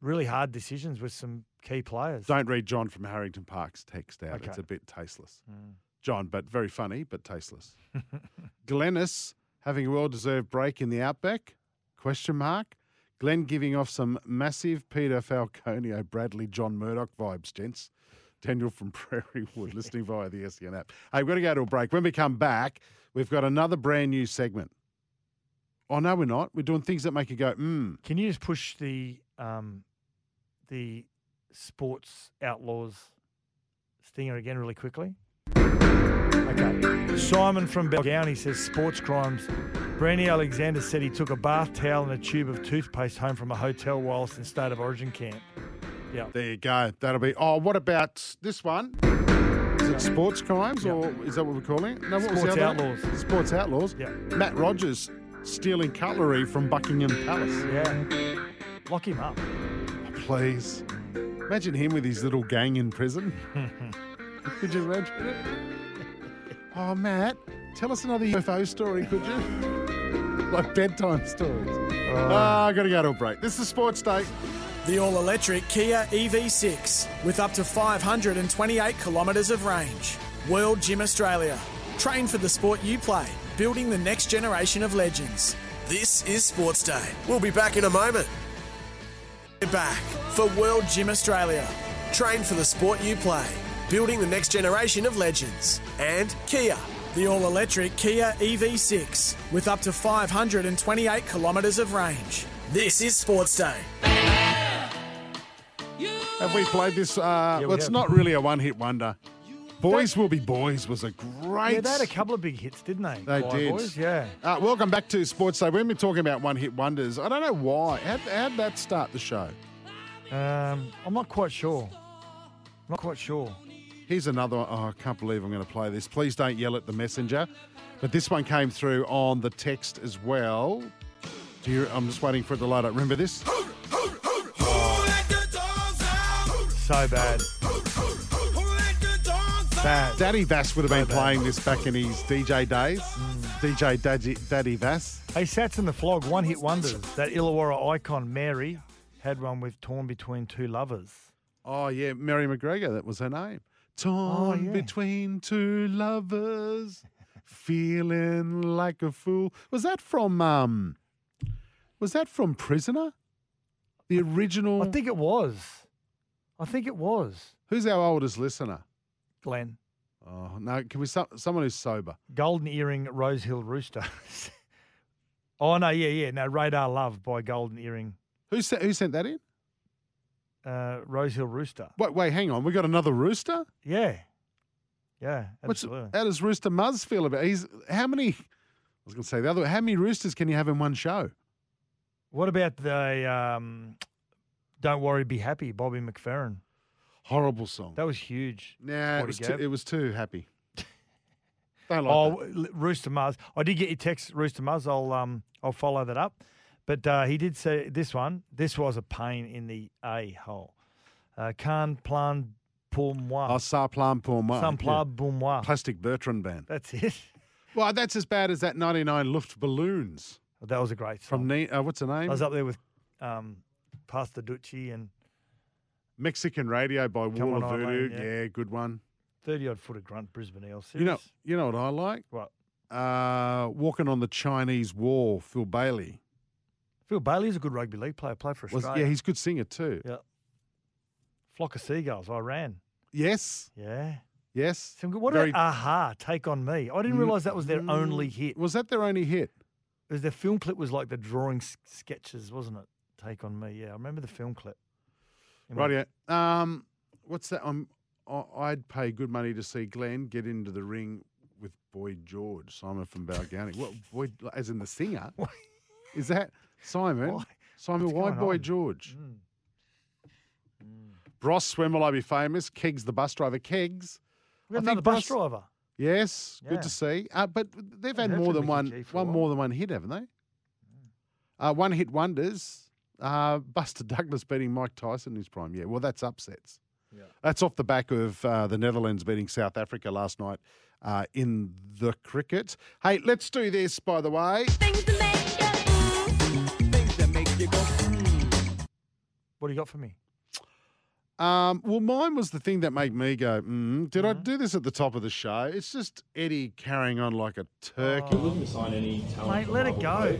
E: really hard decisions with some key players.
D: Don't read John from Harrington Park's text out.
E: Okay.
D: It's a bit tasteless.
E: Mm.
D: John, but very funny, but tasteless. Glennis having a well-deserved break in the outback? Question mark. Glenn giving off some massive Peter Falconio, Bradley, John Murdoch vibes, gents. Daniel from Prairie Wood listening via the SEN app. Hey, we've got to go to a break. When we come back, we've got another brand new segment. Oh no, we're not. We're doing things that make you go, mm.
E: Can you just push the um, the sports outlaws stinger again really quickly? Okay. Simon from Belgown, says sports crimes. Brandy Alexander said he took a bath towel and a tube of toothpaste home from a hotel whilst in state of origin camp. Yeah.
D: There you go. That'll be. Oh, what about this one? Is it sports crimes or is that what we're calling it? No, what was
E: Sports
D: the other one?
E: outlaws.
D: Sports outlaws. Yeah. Matt Rogers stealing cutlery from Buckingham Palace.
E: Yeah. Lock him up.
D: Please. Imagine him with his little gang in prison. could you imagine it? Oh, Matt, tell us another UFO story, could you? like bedtime stories.
E: Oh.
D: Ah, i got to go to a break. This is Sports Day.
C: The all electric Kia EV6 with up to 528 kilometres of range. World Gym Australia. Train for the sport you play, building the next generation of legends.
J: This is Sports Day. We'll be back in a moment. We're back for World
C: Gym Australia.
J: Train for the sport you play, building the next generation of legends. And
C: Kia. The all electric Kia EV6 with up to 528 kilometres of range.
J: This is Sports Day.
D: Have we played this? Uh,
E: we
D: well, it's
E: have.
D: not really a one hit wonder. Boys Will Be Boys was a great.
E: Yeah, they had a couple of big hits, didn't they?
D: They
E: Fly
D: did.
E: Boys? Yeah.
D: Uh, welcome back to Sports Day. When we're talking about one hit wonders, I don't know why. How, how'd that start the show?
E: Um, I'm not quite sure. Not quite sure.
D: Here's another one. Oh, I can't believe I'm going to play this. Please don't yell at the messenger. But this one came through on the text as well. Do you, I'm just waiting for it to load up. Remember this?
E: So bad. Bad.
D: Daddy Vass would have been playing this back in his DJ days. DJ Daddy, Daddy Vass.
E: Hey, Sats and the Flog, one hit wonders. That Illawarra icon, Mary, had one with Torn Between Two Lovers.
D: Oh yeah, Mary McGregor. That was her name. Torn between two lovers, feeling like a fool. Was that from um? Was that from Prisoner? The original. I
E: think it was. I think it was.
D: Who's our oldest listener?
E: Glenn.
D: Oh no! Can we so, someone who's sober?
E: Golden Earring, Rose Hill Rooster. oh, no, yeah, yeah. No, Radar Love by Golden Earring,
D: Who sent Who sent that in?
E: uh, Rose Hill Rooster.
D: Wait, wait, hang on. We got another rooster.
E: Yeah. Yeah,
D: What's,
E: absolutely.
D: how does Rooster Muzz feel about? He's how many? I was going to say the other. How many roosters can you have in one show?
E: What about the um, Don't Worry, Be Happy, Bobby McFerrin?
D: Horrible song.
E: That was huge.
D: Nah, it
E: What
D: was,
E: he
D: too,
E: gave.
D: it was too happy. Don't like
E: Oh, L- Rooster Muzz. I did get your text, Rooster Muzz. I'll um, I'll follow that up. But uh, he did say this one. This was a pain in the a hole. Uh, can plan pour moi.
D: Oh, ça plane pour moi.
E: Sans plan uh, pour moi.
D: Plastic Bertrand band.
E: That's it.
D: Well, that's as bad as that 99 Luft Balloons.
E: That was a great
D: From ne- uh, what's her
E: I
D: name?
E: was up there with um, Pastor Ducci and
D: Mexican Radio by
E: Come
D: Wall of
E: on,
D: Voodoo.
E: Eileen,
D: yeah.
E: yeah.
D: good one.
E: thirty odd foot of grunt Brisbane Eels.
D: You know, you know what I like?
E: What?
D: Uh, Walking on the Chinese Wall, Phil Bailey.
E: Phil Bailey's a good rugby league player. Played for
D: Was,
E: Australia.
D: yeah, he's a good singer too.
E: Yeah. flock of seagulls. I ran.
D: Yes.
E: Yeah.
D: Yes.
E: Some good. What
D: Very-
E: about Aha? Take on me. I didn't
D: Mm,
E: realise that was their only
D: mm,
E: hit.
D: Was that their only hit?
E: It was their film clip was like the drawing s- sketches, wasn't it? Take on me. Yeah, I remember the film clip. In my-
D: Right, yeah. Um, what's that? I'm, I- I'd pay good money to see Glenn get into the ring with Boyd George, Simon from Balgownie. what, Boyd, as in the singer? Is that Simon? Simon, why
E: going
D: Boyd
E: on? Hmm.
D: George? Bros, when will I be famous? Kegs, the bus driver. Kegs.
E: We
D: I
E: had
D: think
E: another bus
D: Bros-
E: driver.
D: Yes,
E: Yeah.
D: good to see. Uh, but they've had
E: heard
D: more than
E: from Mickey
D: one,
E: G for a Hmm.
D: one more than one hit, haven't they? Uh, one hit wonders. Uh, Buster Douglas beating Mike Tyson in his prime. Yeah, well, that's upsets. That's off the back of uh, the Netherlands beating South Africa last night, uh, in the cricket. Hey, let's do this, by the way.
E: What do you got for me?
D: Um, well, mine was the thing that made me go, mm, did
E: Mm-hmm.
D: I do this at the top of the show? It's just Eddie carrying on like a turkey.
E: Oh. Mate, let it go.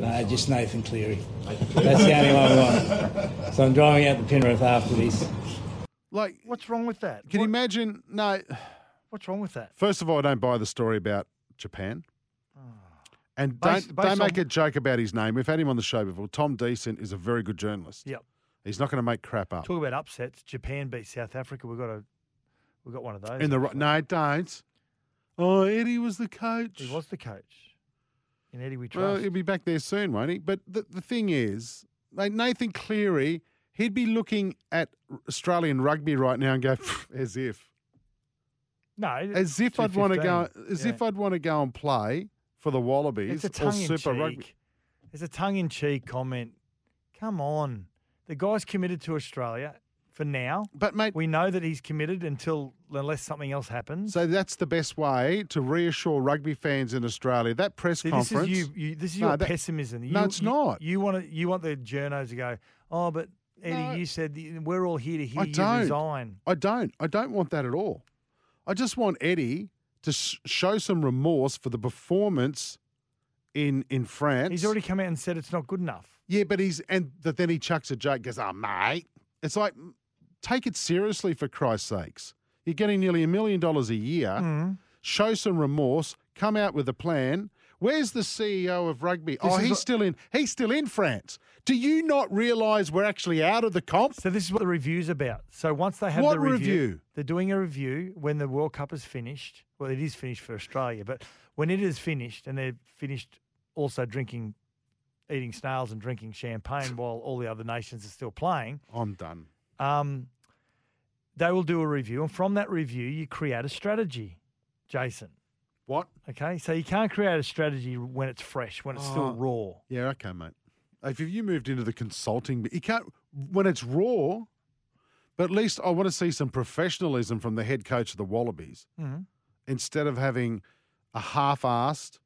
O: No, just Nathan Cleary. That's the only one I want. So I'm driving out to Penrith after this.
D: Like,
E: what's wrong with that?
D: Can you imagine? No.
E: What's wrong with that?
D: First of all, I don't buy the story about Japan. And don't,
E: Ah. Based- based
D: don't make
E: on-
D: a joke about his name. We've had him on the show before. Tom Decent is a very good journalist.
E: Yep.
D: He's not going to make crap up.
E: Talk about upsets. Japan beat South Africa. We've got a, we got one of those.
D: In the right, no, don't. Oh, Eddie was the coach.
E: He was the coach. And Eddie, we trust.
D: Well, he'll be back there soon, won't he? But the, the thing is, like Nathan Cleary, he'd be looking at Australian rugby right now and go as if,
E: no,
D: as if I'd want to go, as
E: Yeah.
D: if I'd want to go and play for the Wallabies
E: It's a
D: or
E: tongue in
D: Super Rugby.
E: cheek. It's a tongue in cheek comment. Come on, the guy's committed to Australia for now.
D: But mate,
E: we know that he's committed until unless something else happens.
D: So that's the best way to reassure rugby fans in Australia. That press
E: See, this
D: conference.
E: is you. you this is
D: No,
E: your
D: that-
E: pessimism. You,
D: no, it's
E: you-
D: not.
E: You want to, You want the journos to go. Oh, but Eddie,
D: No.
E: you said that we're all here to hear
D: I
E: you
D: don't.
E: resign.
D: I don't. I don't want that at all. I just want Eddie to sh- show some remorse for the performance in in France.
E: He's already come out and said it's not good enough.
D: Yeah, but he's and but then he chucks a joke. Goes, "Oh, mate, it's like m- take it seriously for Christ's sakes. You're getting nearly a million dollars a year.
E: Mm.
D: Show some remorse. Come out with a plan. Where's the CEO of rugby?
E: This
D: oh,
E: is
D: he's
E: what-
D: still in. He's still in France. Do you not realise we're actually out of the comp?
E: So this is what the review's about. So once they have
D: What
E: the review,
D: review?
E: they're doing a review when the World Cup is finished. Well, it is finished for Australia, but when it is finished and they're finished also drinking, eating snails and drinking champagne while all the other nations are still playing,
D: I'm done.
E: um, they will do a review. And from that review, you create a strategy, Jason.
D: What?
E: Okay. So you can't create a strategy when it's fresh, when it's
D: Oh.
E: still raw.
D: Yeah, okay, mate. If you moved into the consulting, you can't when it's raw. But at least I want to see some professionalism from the head coach of the Wallabies.
E: Mhm.
D: instead of having a half-assed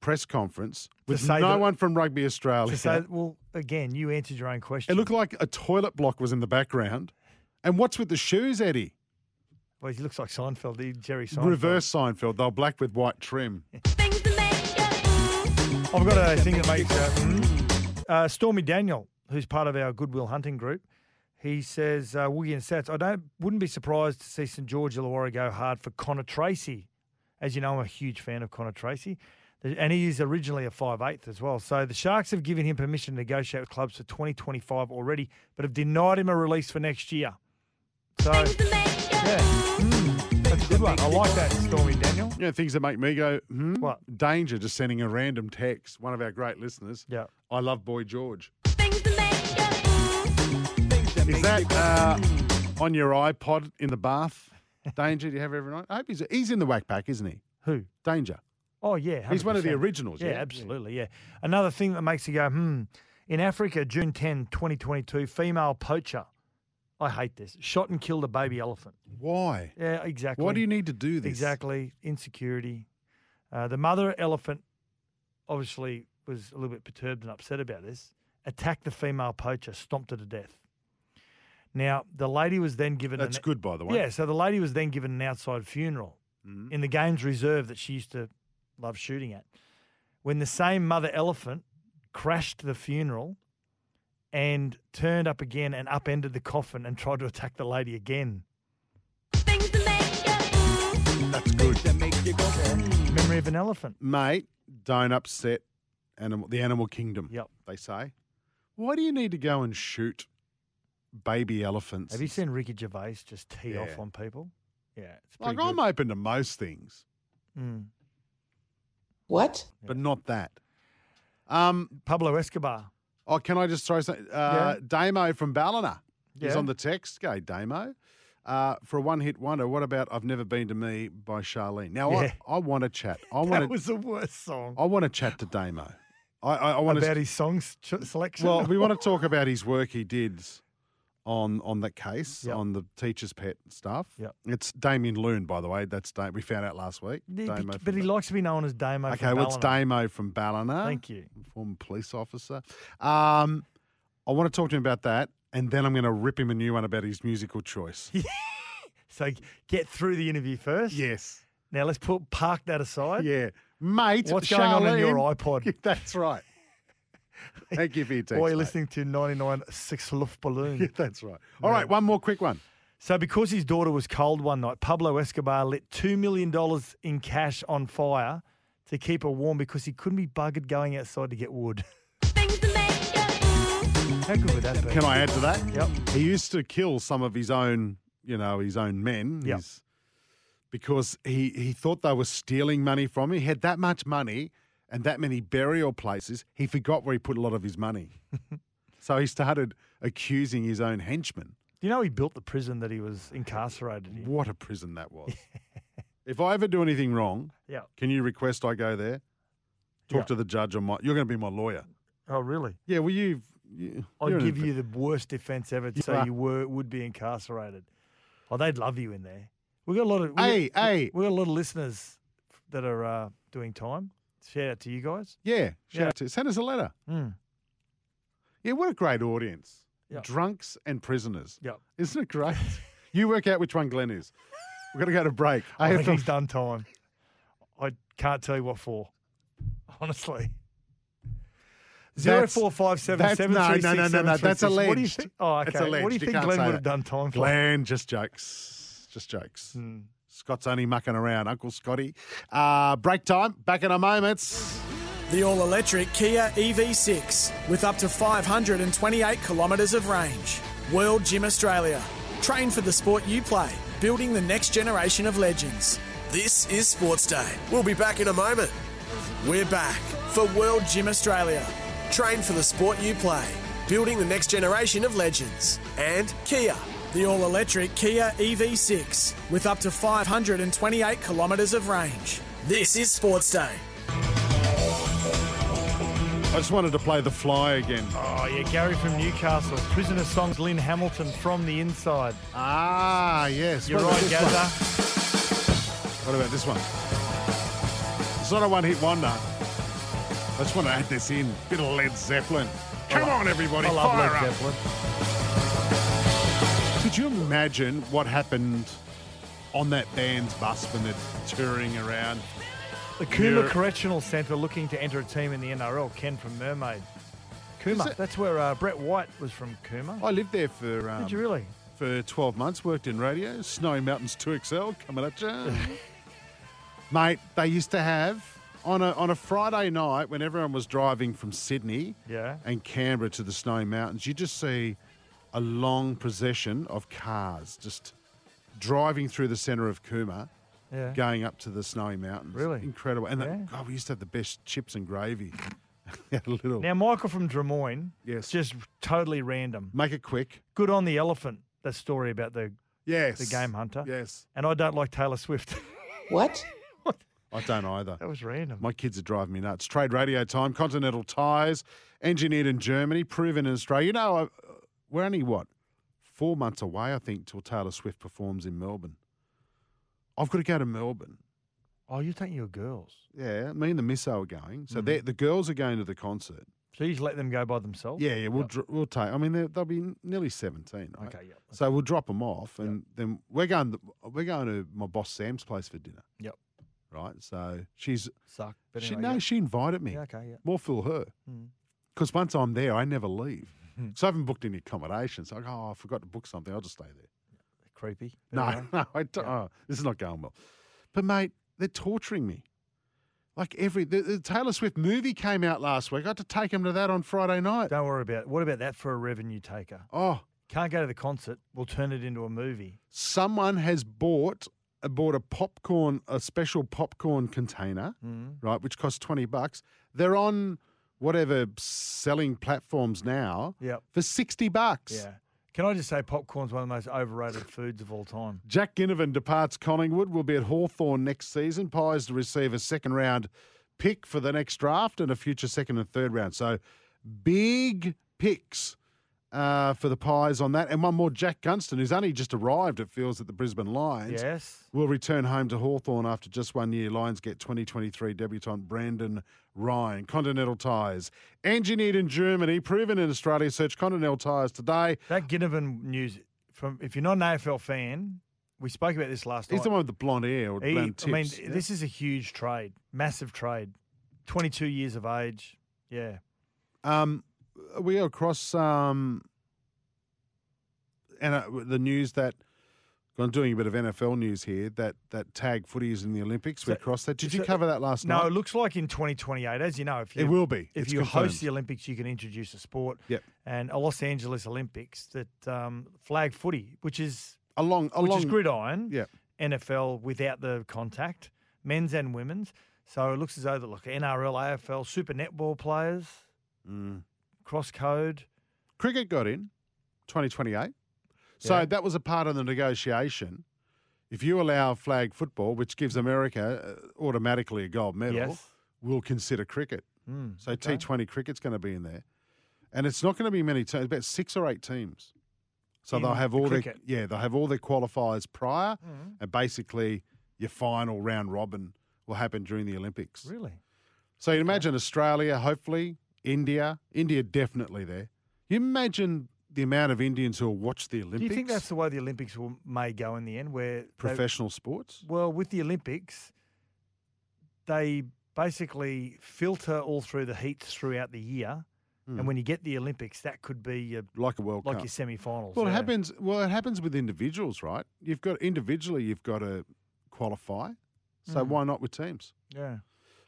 D: press conference with
E: say
D: no
E: that-
D: one from Rugby Australia.
E: To say, well, again, you answered your own question.
D: it looked like a toilet block was in the background. And what's with the shoes, Eddie?
E: well, he looks like Seinfeld, he- Jerry Seinfeld.
D: Reverse Seinfeld. They're black with white trim.
E: I've got a thing that makes uh, mm. uh, Stormy Daniel, who's part of our Goodwill Hunting group. He says, uh, Woogie and Sats, I don't wouldn't be surprised to see St George Illawarra go hard for Connor Tracy. As you know, I'm a huge fan of Connor Tracy, and he is originally a 5'8 as well. So the Sharks have given him permission to negotiate with clubs for 2025 already, but have denied him a release for next year. So, yeah, Mm. that's a good one. I like that, Stormy Daniel.
D: You know, things that make me go, hmm?
E: What?
D: Danger just sending a random text. One of our great listeners.
E: Yeah.
D: I love Boy George. Is that uh, on your iPod in the bath? Danger, do you have it every night? I hope he's, he's in the whack pack, isn't he?
E: Who?
D: Danger.
E: Oh yeah,
D: He's one of the
E: 100%.
D: originals, yeah?
E: absolutely. Yeah. Another thing that makes you go, hmm. In Africa, June 10, 2022, female poacher. I hate this. Shot and killed a baby elephant.
D: Why?
E: Yeah, exactly.
D: Why do you need to do this?
E: Exactly. Insecurity. Uh, the mother elephant obviously was a little bit perturbed and upset about this. Attacked the female poacher, stomped her to death. Now, the lady was then given.
D: That's
E: an,
D: good, by the way. Mm-hmm.
E: Yeah, so the lady was then given an outside funeral in the game's reserve that she used to love shooting at. When the same mother elephant crashed the funeral and turned up again and upended the coffin and tried to attack the lady again.
D: That's good.
E: Memory of an elephant.
D: Mate, don't upset animal, the animal kingdom.
E: Yep.
D: They say. Why do you need to go and shoot baby elephants?
E: Have you seen Ricky Gervais just tee off
D: Yeah.
E: on people? Yeah, it's
D: like,
E: pretty
D: I'm open to most things.
E: good. Mm.
D: What? But not that. Um,
E: Pablo Escobar.
D: Oh, can I just throw something? Uh, Damo from Ballina is
E: Yeah.
D: on the text. Go, Damo. Uh, for a one hit wonder, what about I've Never Been to Me by Charlene? Now,
E: Yeah.
D: I, I want to chat. I
E: that
D: want to.
E: was the worst song.
D: I want to chat to Damo. I, I, I want
E: about
D: to.
E: his song s- ch- selection.
D: Well, we want to talk about his work he did on on that case on the teacher's pet stuff.
E: Yep.
D: It's Damien Loon, by the way. That's da- we found out last week.
E: He-
D: Damo
E: but,
D: from
E: he likes to be known as Damo. from
D: Okay, well, it's
E: Ballina.
D: Damo from Ballina.
E: Thank you.
D: Former police officer. Um, I want to talk to him about that, and then I'm going to rip him a new one about his musical choice.
E: So get through the interview first.
D: Yes.
E: Now let's put park that aside.
D: Yeah, mate.
E: What's going on in your
D: Charlene.
E: iPod?
D: That's right. Thank you for your text.
E: Or you're
D: mate.
E: listening to 99 Six Luft Balloon.
D: Yeah, that's right. All right, one more quick one.
E: So, because his daughter was cold one night, Pablo Escobar lit $2 million in cash on fire to keep her warm because he couldn't be buggered going outside to get wood. How good would that be?
D: Can I add to that?
E: Yep.
D: He used to kill some of his own, you know, his own men.
E: Yep.
D: his- Because he, he thought they were stealing money from him. He had that much money and that many burial places. He forgot where he put a lot of his money. so he started accusing his own henchmen.
E: Do you know he built the prison that he was incarcerated in?
D: What a prison that was. if I ever do anything wrong,
E: Yeah.
D: can you request I go there? Talk to the judge on my. You're going to be my lawyer.
E: Oh, really?
D: Yeah, well, you've. You,
E: I'd
D: you're an
E: give
D: inv-
E: you the worst defense ever,
D: You
E: so
D: are.
E: you were would be incarcerated. Oh, they'd love you in there. We got a lot of we
D: Hey,
E: got,
D: hey.
E: we got a lot of listeners that are uh, doing time. Shout out to you guys.
D: Yeah, shout
E: Yeah. Hmm.
D: out to send us a letter. Yeah, what a great audience.
E: Yep.
D: Drunks and prisoners.
E: Yep.
D: Isn't it great? you work out which one Glenn is. We're going to go to break.
E: I think
D: AFL
E: he's done time. I can't tell you what for. Honestly. Zero
D: That's-
E: four five seven
D: that's-
E: seven
D: no,
E: three six
D: no,
E: seven
D: no,
E: three six.
D: no, no, that's
E: What do you
D: alleged.
E: think? Oh, okay.
D: That's alleged.
E: What do you think
D: can't
E: Glenn
D: say
E: would
D: that.
E: have done time for? Hmm.
D: Glenn just jokes. Just jokes. Scott's only mucking around. Uncle Scotty. Uh, break time. Back in a moment.
C: The all electric Kia
J: E
C: EV6 with up to 528 kilometres of range. World Gym Australia. Train for the sport you play, building the next generation of legends.
J: This is Sports Day. We'll be back in a moment. We're back for World Gym Australia. Train for the sport you play, building the next generation of legends. And Kia.
C: The all electric Kia
J: E
C: EV6 with up to 528 kilometres of range.
J: This is Sports Day.
D: I just wanted to play the fly again.
E: Oh yeah, Gary from Newcastle. Prisoner songs. Lynn Hamilton from the inside.
D: Ah yes,
E: you're
D: What about
E: right,
D: this one?
E: Gazza.
D: What about this one? It's not a one hit wonder. I just want to add this in. Bit of Led Zeppelin. Come on, everybody.
E: I love
D: fire
E: Led
D: up.
E: Zeppelin.
D: Could you imagine what happened on that band's bus when they're touring around?
E: The Cooma
D: Europe?
E: Correctional Centre looking to enter a team in the NRL. Ken from Mermaid. Cooma.
D: it?
E: That's where uh, Brett White was from Cooma.
D: I lived there for um,
E: Did you really?
D: for 12 months, worked in radio, Snowy Mountains 2XL coming at you. Mate, they used to have on a, on a Friday night when everyone was driving from Sydney
E: Yeah.
D: and Canberra to the Snowy Mountains, you just see a long procession of cars just driving through the centre of Cooma,
E: Yeah.
D: going up to the Snowy Mountains.
E: Really?
D: Incredible. And
E: Yeah.
D: the, God, we used to have the best chips and gravy. a little.
E: Now, Michael from Drummoyne.
D: Yes.
E: Just totally random.
D: Make it quick.
E: Good on the elephant. That story about the
D: Yes.
E: the game hunter.
D: Yes.
E: And I don't like Taylor Swift.
D: What? I don't either.
E: that was random.
D: My kids are driving me nuts. Trade radio time, Continental Tires, engineered in Germany, proven in Australia. You know, I, we're only what four months away, I think, till Taylor Swift performs in Melbourne. I've got to go to Melbourne.
E: Oh, you're taking your girls.
D: Yeah, me and the misso are going.
E: Mm-hmm.
D: So they're the girls are going to the concert.
E: So you just let them go by themselves?
D: Yeah, yeah, we'll dr- we'll take. I mean, they're- they'll be nearly seventeen. Right?
E: Okay, yeah.
D: So we'll drop them off, and then we're going. To, we're going to my boss Sam's place for dinner.
E: Yep.
D: Right. So she's
E: Suck. But
D: she,
E: anyway,
D: no,
E: yeah.
D: she invited me.
E: Yeah, okay, yeah.
D: More fool her.
E: Mm.
D: Because once I'm there, I never leave.
E: Hmm.
D: so I haven't booked any accommodation. So I go, oh, I forgot to book something. I'll just stay there.
E: Creepy. but
D: No,
E: anyway.
D: no, I don't. Oh, this is not going well. But mate, they're torturing me. Like every the, the Taylor Swift movie came out last week. I had to take him to that on Friday night.
E: Don't worry about it. What about that for a revenue taker?
D: Oh,
E: Can't go to the concert. We'll turn it into a movie.
D: someone has bought uh, bought a popcorn, a special popcorn container,
E: Hmm.
D: right, which costs twenty bucks. They're on whatever selling platforms now
E: Yep.
D: for sixty bucks.
E: Yeah. Can I just say popcorn's one of the most overrated foods of all time?
D: Jack Ginnivan departs Collingwood, will be at Hawthorn next season. Pies to receive a second round pick for the next draft and a future second and third round. So big picks uh, for the Pies on that. And one more, Jack Gunston, who's only just arrived, it feels, at the Brisbane Lions.
E: Yes.
D: Will return home to Hawthorn after just one year. Lions get 2023 debutant Brandon Ryan. Continental Tyres. Engineered in Germany, proven in Australia. Search Continental Tyres today.
E: That Ginnivan news, from if you're not an AFL fan, we spoke about this last
D: He's
E: night.
D: the one with the blonde hair or
E: He-
D: blonde
E: I mean,
D: tips.
E: this is a huge trade, massive trade. 22 years of age. Yeah.
D: Um, are we across um, and uh, the news that I'm doing a bit of NFL news here that that tag footy is in the Olympics. we across that. Did you
E: So-
D: cover that last
E: no,
D: night?
E: it looks like in 2028, as you know, if you,
D: It will be.
E: If
D: It's
E: you
D: confirmed.
E: host the Olympics, you can introduce a sport.
D: Yep.
E: And a Los Angeles Olympics that um, flag footy, which is
D: along
E: which is
D: along-
E: gridiron.
D: Yep.
E: NFL without the contact, men's and women's. So it looks as though that look NRL, AFL, super netball players,
D: Mm.
E: cross code.
D: Cricket got in 2028. So
E: Yeah.
D: that was a part of the negotiation. If you allow flag football, which gives America uh, automatically a gold medal,
E: Yes.
D: we'll consider cricket.
E: Mm,
D: so
E: okay.
D: T20 cricket's going to be in there. And it's not going to be many teams, about six or eight teams. So
E: In
D: they'll have all their
E: cricket. Mm-hmm.
D: yeah, they'll have all their qualifiers prior and basically your final round robin will happen during the Olympics.
E: Really?
D: So you imagine Australia, hopefully, India, India definitely there. You imagine the amount of Indians who will watch the Olympics,
E: Do you think that's the way the Olympics will, may go in the end, where they-
D: professional sports?
E: Well, with the Olympics, they basically filter all through the heats throughout the year,
D: Hmm.
E: and when you get the Olympics, that could be your,
D: Like a World
E: like
D: Cup.
E: your semi-finals.
D: Well, it
E: yeah.
D: happens. Well, it happens with individuals, right? You've got individually, you've got to qualify. So
E: Mm.
D: why not with teams?
E: Yeah.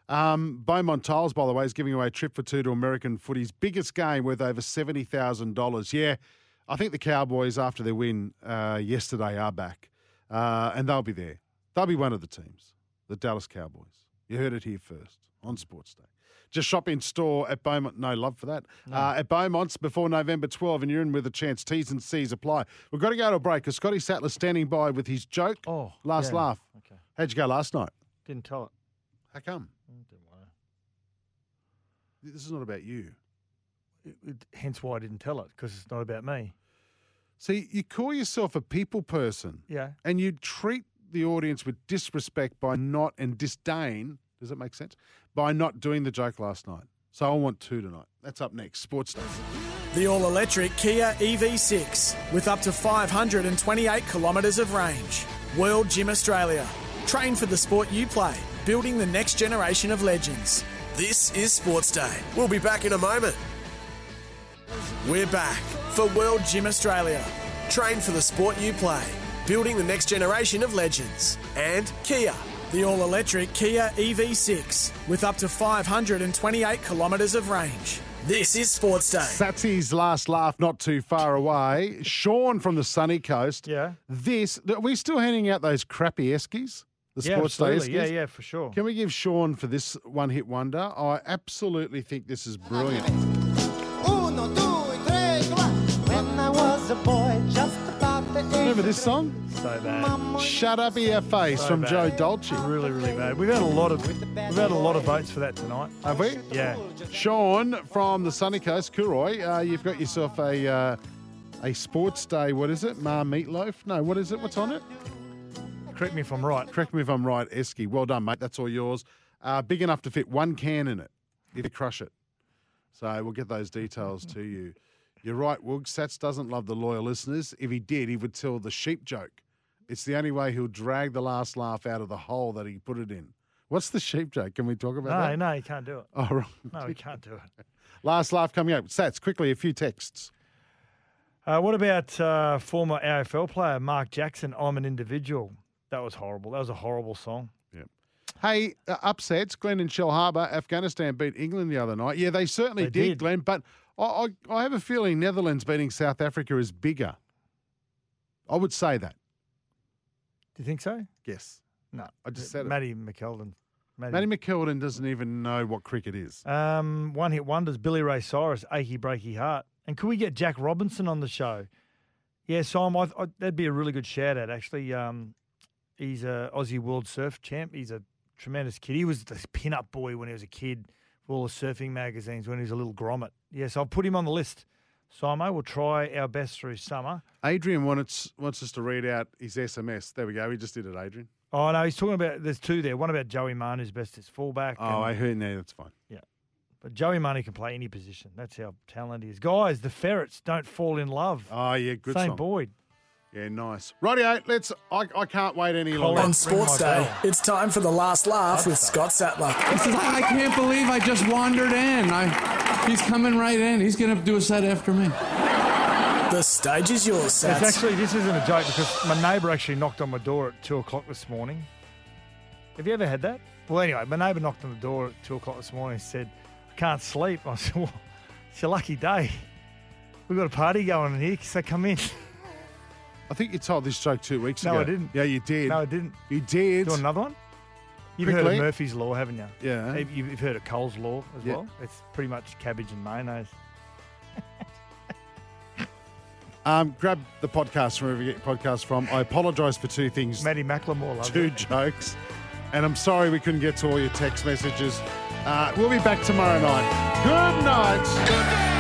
D: Um, Beaumont Tiles, by the way, is giving away a trip for two to American footy's biggest game worth over seventy thousand dollars. Yeah, I think the Cowboys, after their win uh, yesterday, are back, uh, and they'll be there. They'll be one of the teams, the Dallas Cowboys. You heard it here first on Sports Day. Just shop in store at Beaumont. No love for that. Uh, at Beaumont's before November 12, and you're in with a chance. T's and C's apply. We've got to go to a break because Scotty Sattler's standing by with his joke.
E: Oh,
D: last
E: yeah.
D: laugh. Okay. How'd you go last night?
E: Didn't tell it.
D: How come? This is not about you.
E: It- it- hence why I didn't tell it because it's not about me.
D: See, you call yourself a people person.
E: Yeah.
D: And you treat the audience with disrespect by not and disdain. Does that make sense? By not doing the joke last night. So I want two tonight. That's up next. Sports Day.
C: The all electric Kia EV6 with up to 528 kilometres of range. World Gym Australia. Train for the sport you play, building the next generation of legends.
J: This is Sports Day. We'll be back in a moment. We're back for World
C: Gym Australia.
J: Train for the sport you play, building the next generation of legends. And Kia.
C: The all electric Kia EV6 with up to 528 kilometres of range.
J: This is Sports Day.
D: Satsy's last laugh, not too far away. Sean from the sunny coast.
E: Yeah.
D: This, are we still handing out those crappy Eskies? The
E: yeah,
D: Sports
E: absolutely.
D: Day Eskies?
E: Yeah, yeah, for sure.
D: Can we give Sean for this one hit wonder? I absolutely think this is brilliant.
P: Uno, two, y tres, cuatro. When I was a boy, just about the age
D: Remember this song?
E: So bad.
D: Shut up, EFA
E: So
D: from
E: bad.
D: Joe Dolce.
E: Really, really bad. We've had a lot of we've had a lot of votes for that tonight.
D: Have we?
E: Yeah.
D: Sean from the sunny coast, Kuroi, uh, you've got yourself a uh, a sports day. What is it? Ma meatloaf? No, what is it? What's on it?
E: Correct me if I'm right.
D: Correct me if I'm right, Esky. Well done, mate. That's all yours. Uh, big enough to fit one can in it if you crush it. So we'll get those details to you. You're right, Woog. Sats doesn't love the loyal listeners. If he did, he would tell the sheep joke. It's the only way he'll drag the last laugh out of the hole that he put it in. What's the sheep joke? Can we talk about
E: No,
D: that?
E: no, you can't do it.
D: All right.
E: No, you can't do it.
D: Last laugh coming up. Sats, quickly, a few texts.
E: Uh, what about uh, former AFL player Mark Jackson? I'm an individual. That was horrible. That was a horrible song.
D: Yep. Hey, uh, upsets. Glenn and Shell Harbour, Afghanistan beat England the other night. Yeah, they certainly
E: They
D: did,
E: did.
D: Glenn. But I, I, I have a feeling Netherlands beating South Africa is bigger. I would say that.
E: Do you think so?
D: Yes.
E: No,
D: I just said it.
E: Matty McKeldin.
D: Matty McKeldin doesn't even know what cricket is.
E: Um, one hit wonders, Billy Ray Cyrus, achy breaky heart. And could we get Jack Robinson on the show? Yeah, Simon, I, I, that'd be a really good shout out, actually. Um, he's a Aussie World Surf champ. He's a tremendous kid. He was the pin-up boy when he was a kid for all the surfing magazines when he was a little grommet. Yes, I'll put him on the list. Simo, we'll try our best through summer.
D: Adrian wants, wants us to read out his SMS. There we go. He just did it, Adrian.
E: Oh, no, he's talking about, there's two there. One about Joey Marn, who's best as fullback.
D: Oh,
E: and-
D: I heard. No, that's fine.
E: Yeah. But Joey Money can play any position. That's how talented he is. Guys, the ferrets don't fall in love.
D: Oh, yeah, good
E: St.
D: song.
E: Boyd.
D: Yeah, nice. Rightio, let's. I, I can't wait any longer.
C: On Sports Day, it's time for the last laugh with Scott Sattler.
Q: He says, I, I can't believe I just wandered in. I, he's coming right in. He's going to do a set after me.
C: The stage is yours,
E: It's
C: Sats.
E: actually, this isn't a joke because my neighbour actually knocked on my door at two o'clock this morning. Have you ever had that? Well, anyway, my neighbour knocked on the door at two o'clock this morning and said, I can't sleep. I said, well, it's your lucky day. We've got a party going in here, so come in.
D: I think you told this joke two weeks
E: No,
D: ago.
E: I didn't.
D: Yeah, you did.
E: No, I didn't.
D: You did.
E: Do you want another one? You've heard
D: Quickly.
E: of Murphy's Law, haven't you?
D: Yeah.
E: You- You've heard of Cole's Law as
D: Yeah.
E: well. It's pretty much cabbage and mayonnaise.
D: Um, grab the podcast from wherever you get your podcast from. I apologise for two things.
E: Maddie Macklemore loves
D: Two jokes. And I'm sorry we couldn't get to all your text messages. Uh, we'll be back tomorrow night. Good night.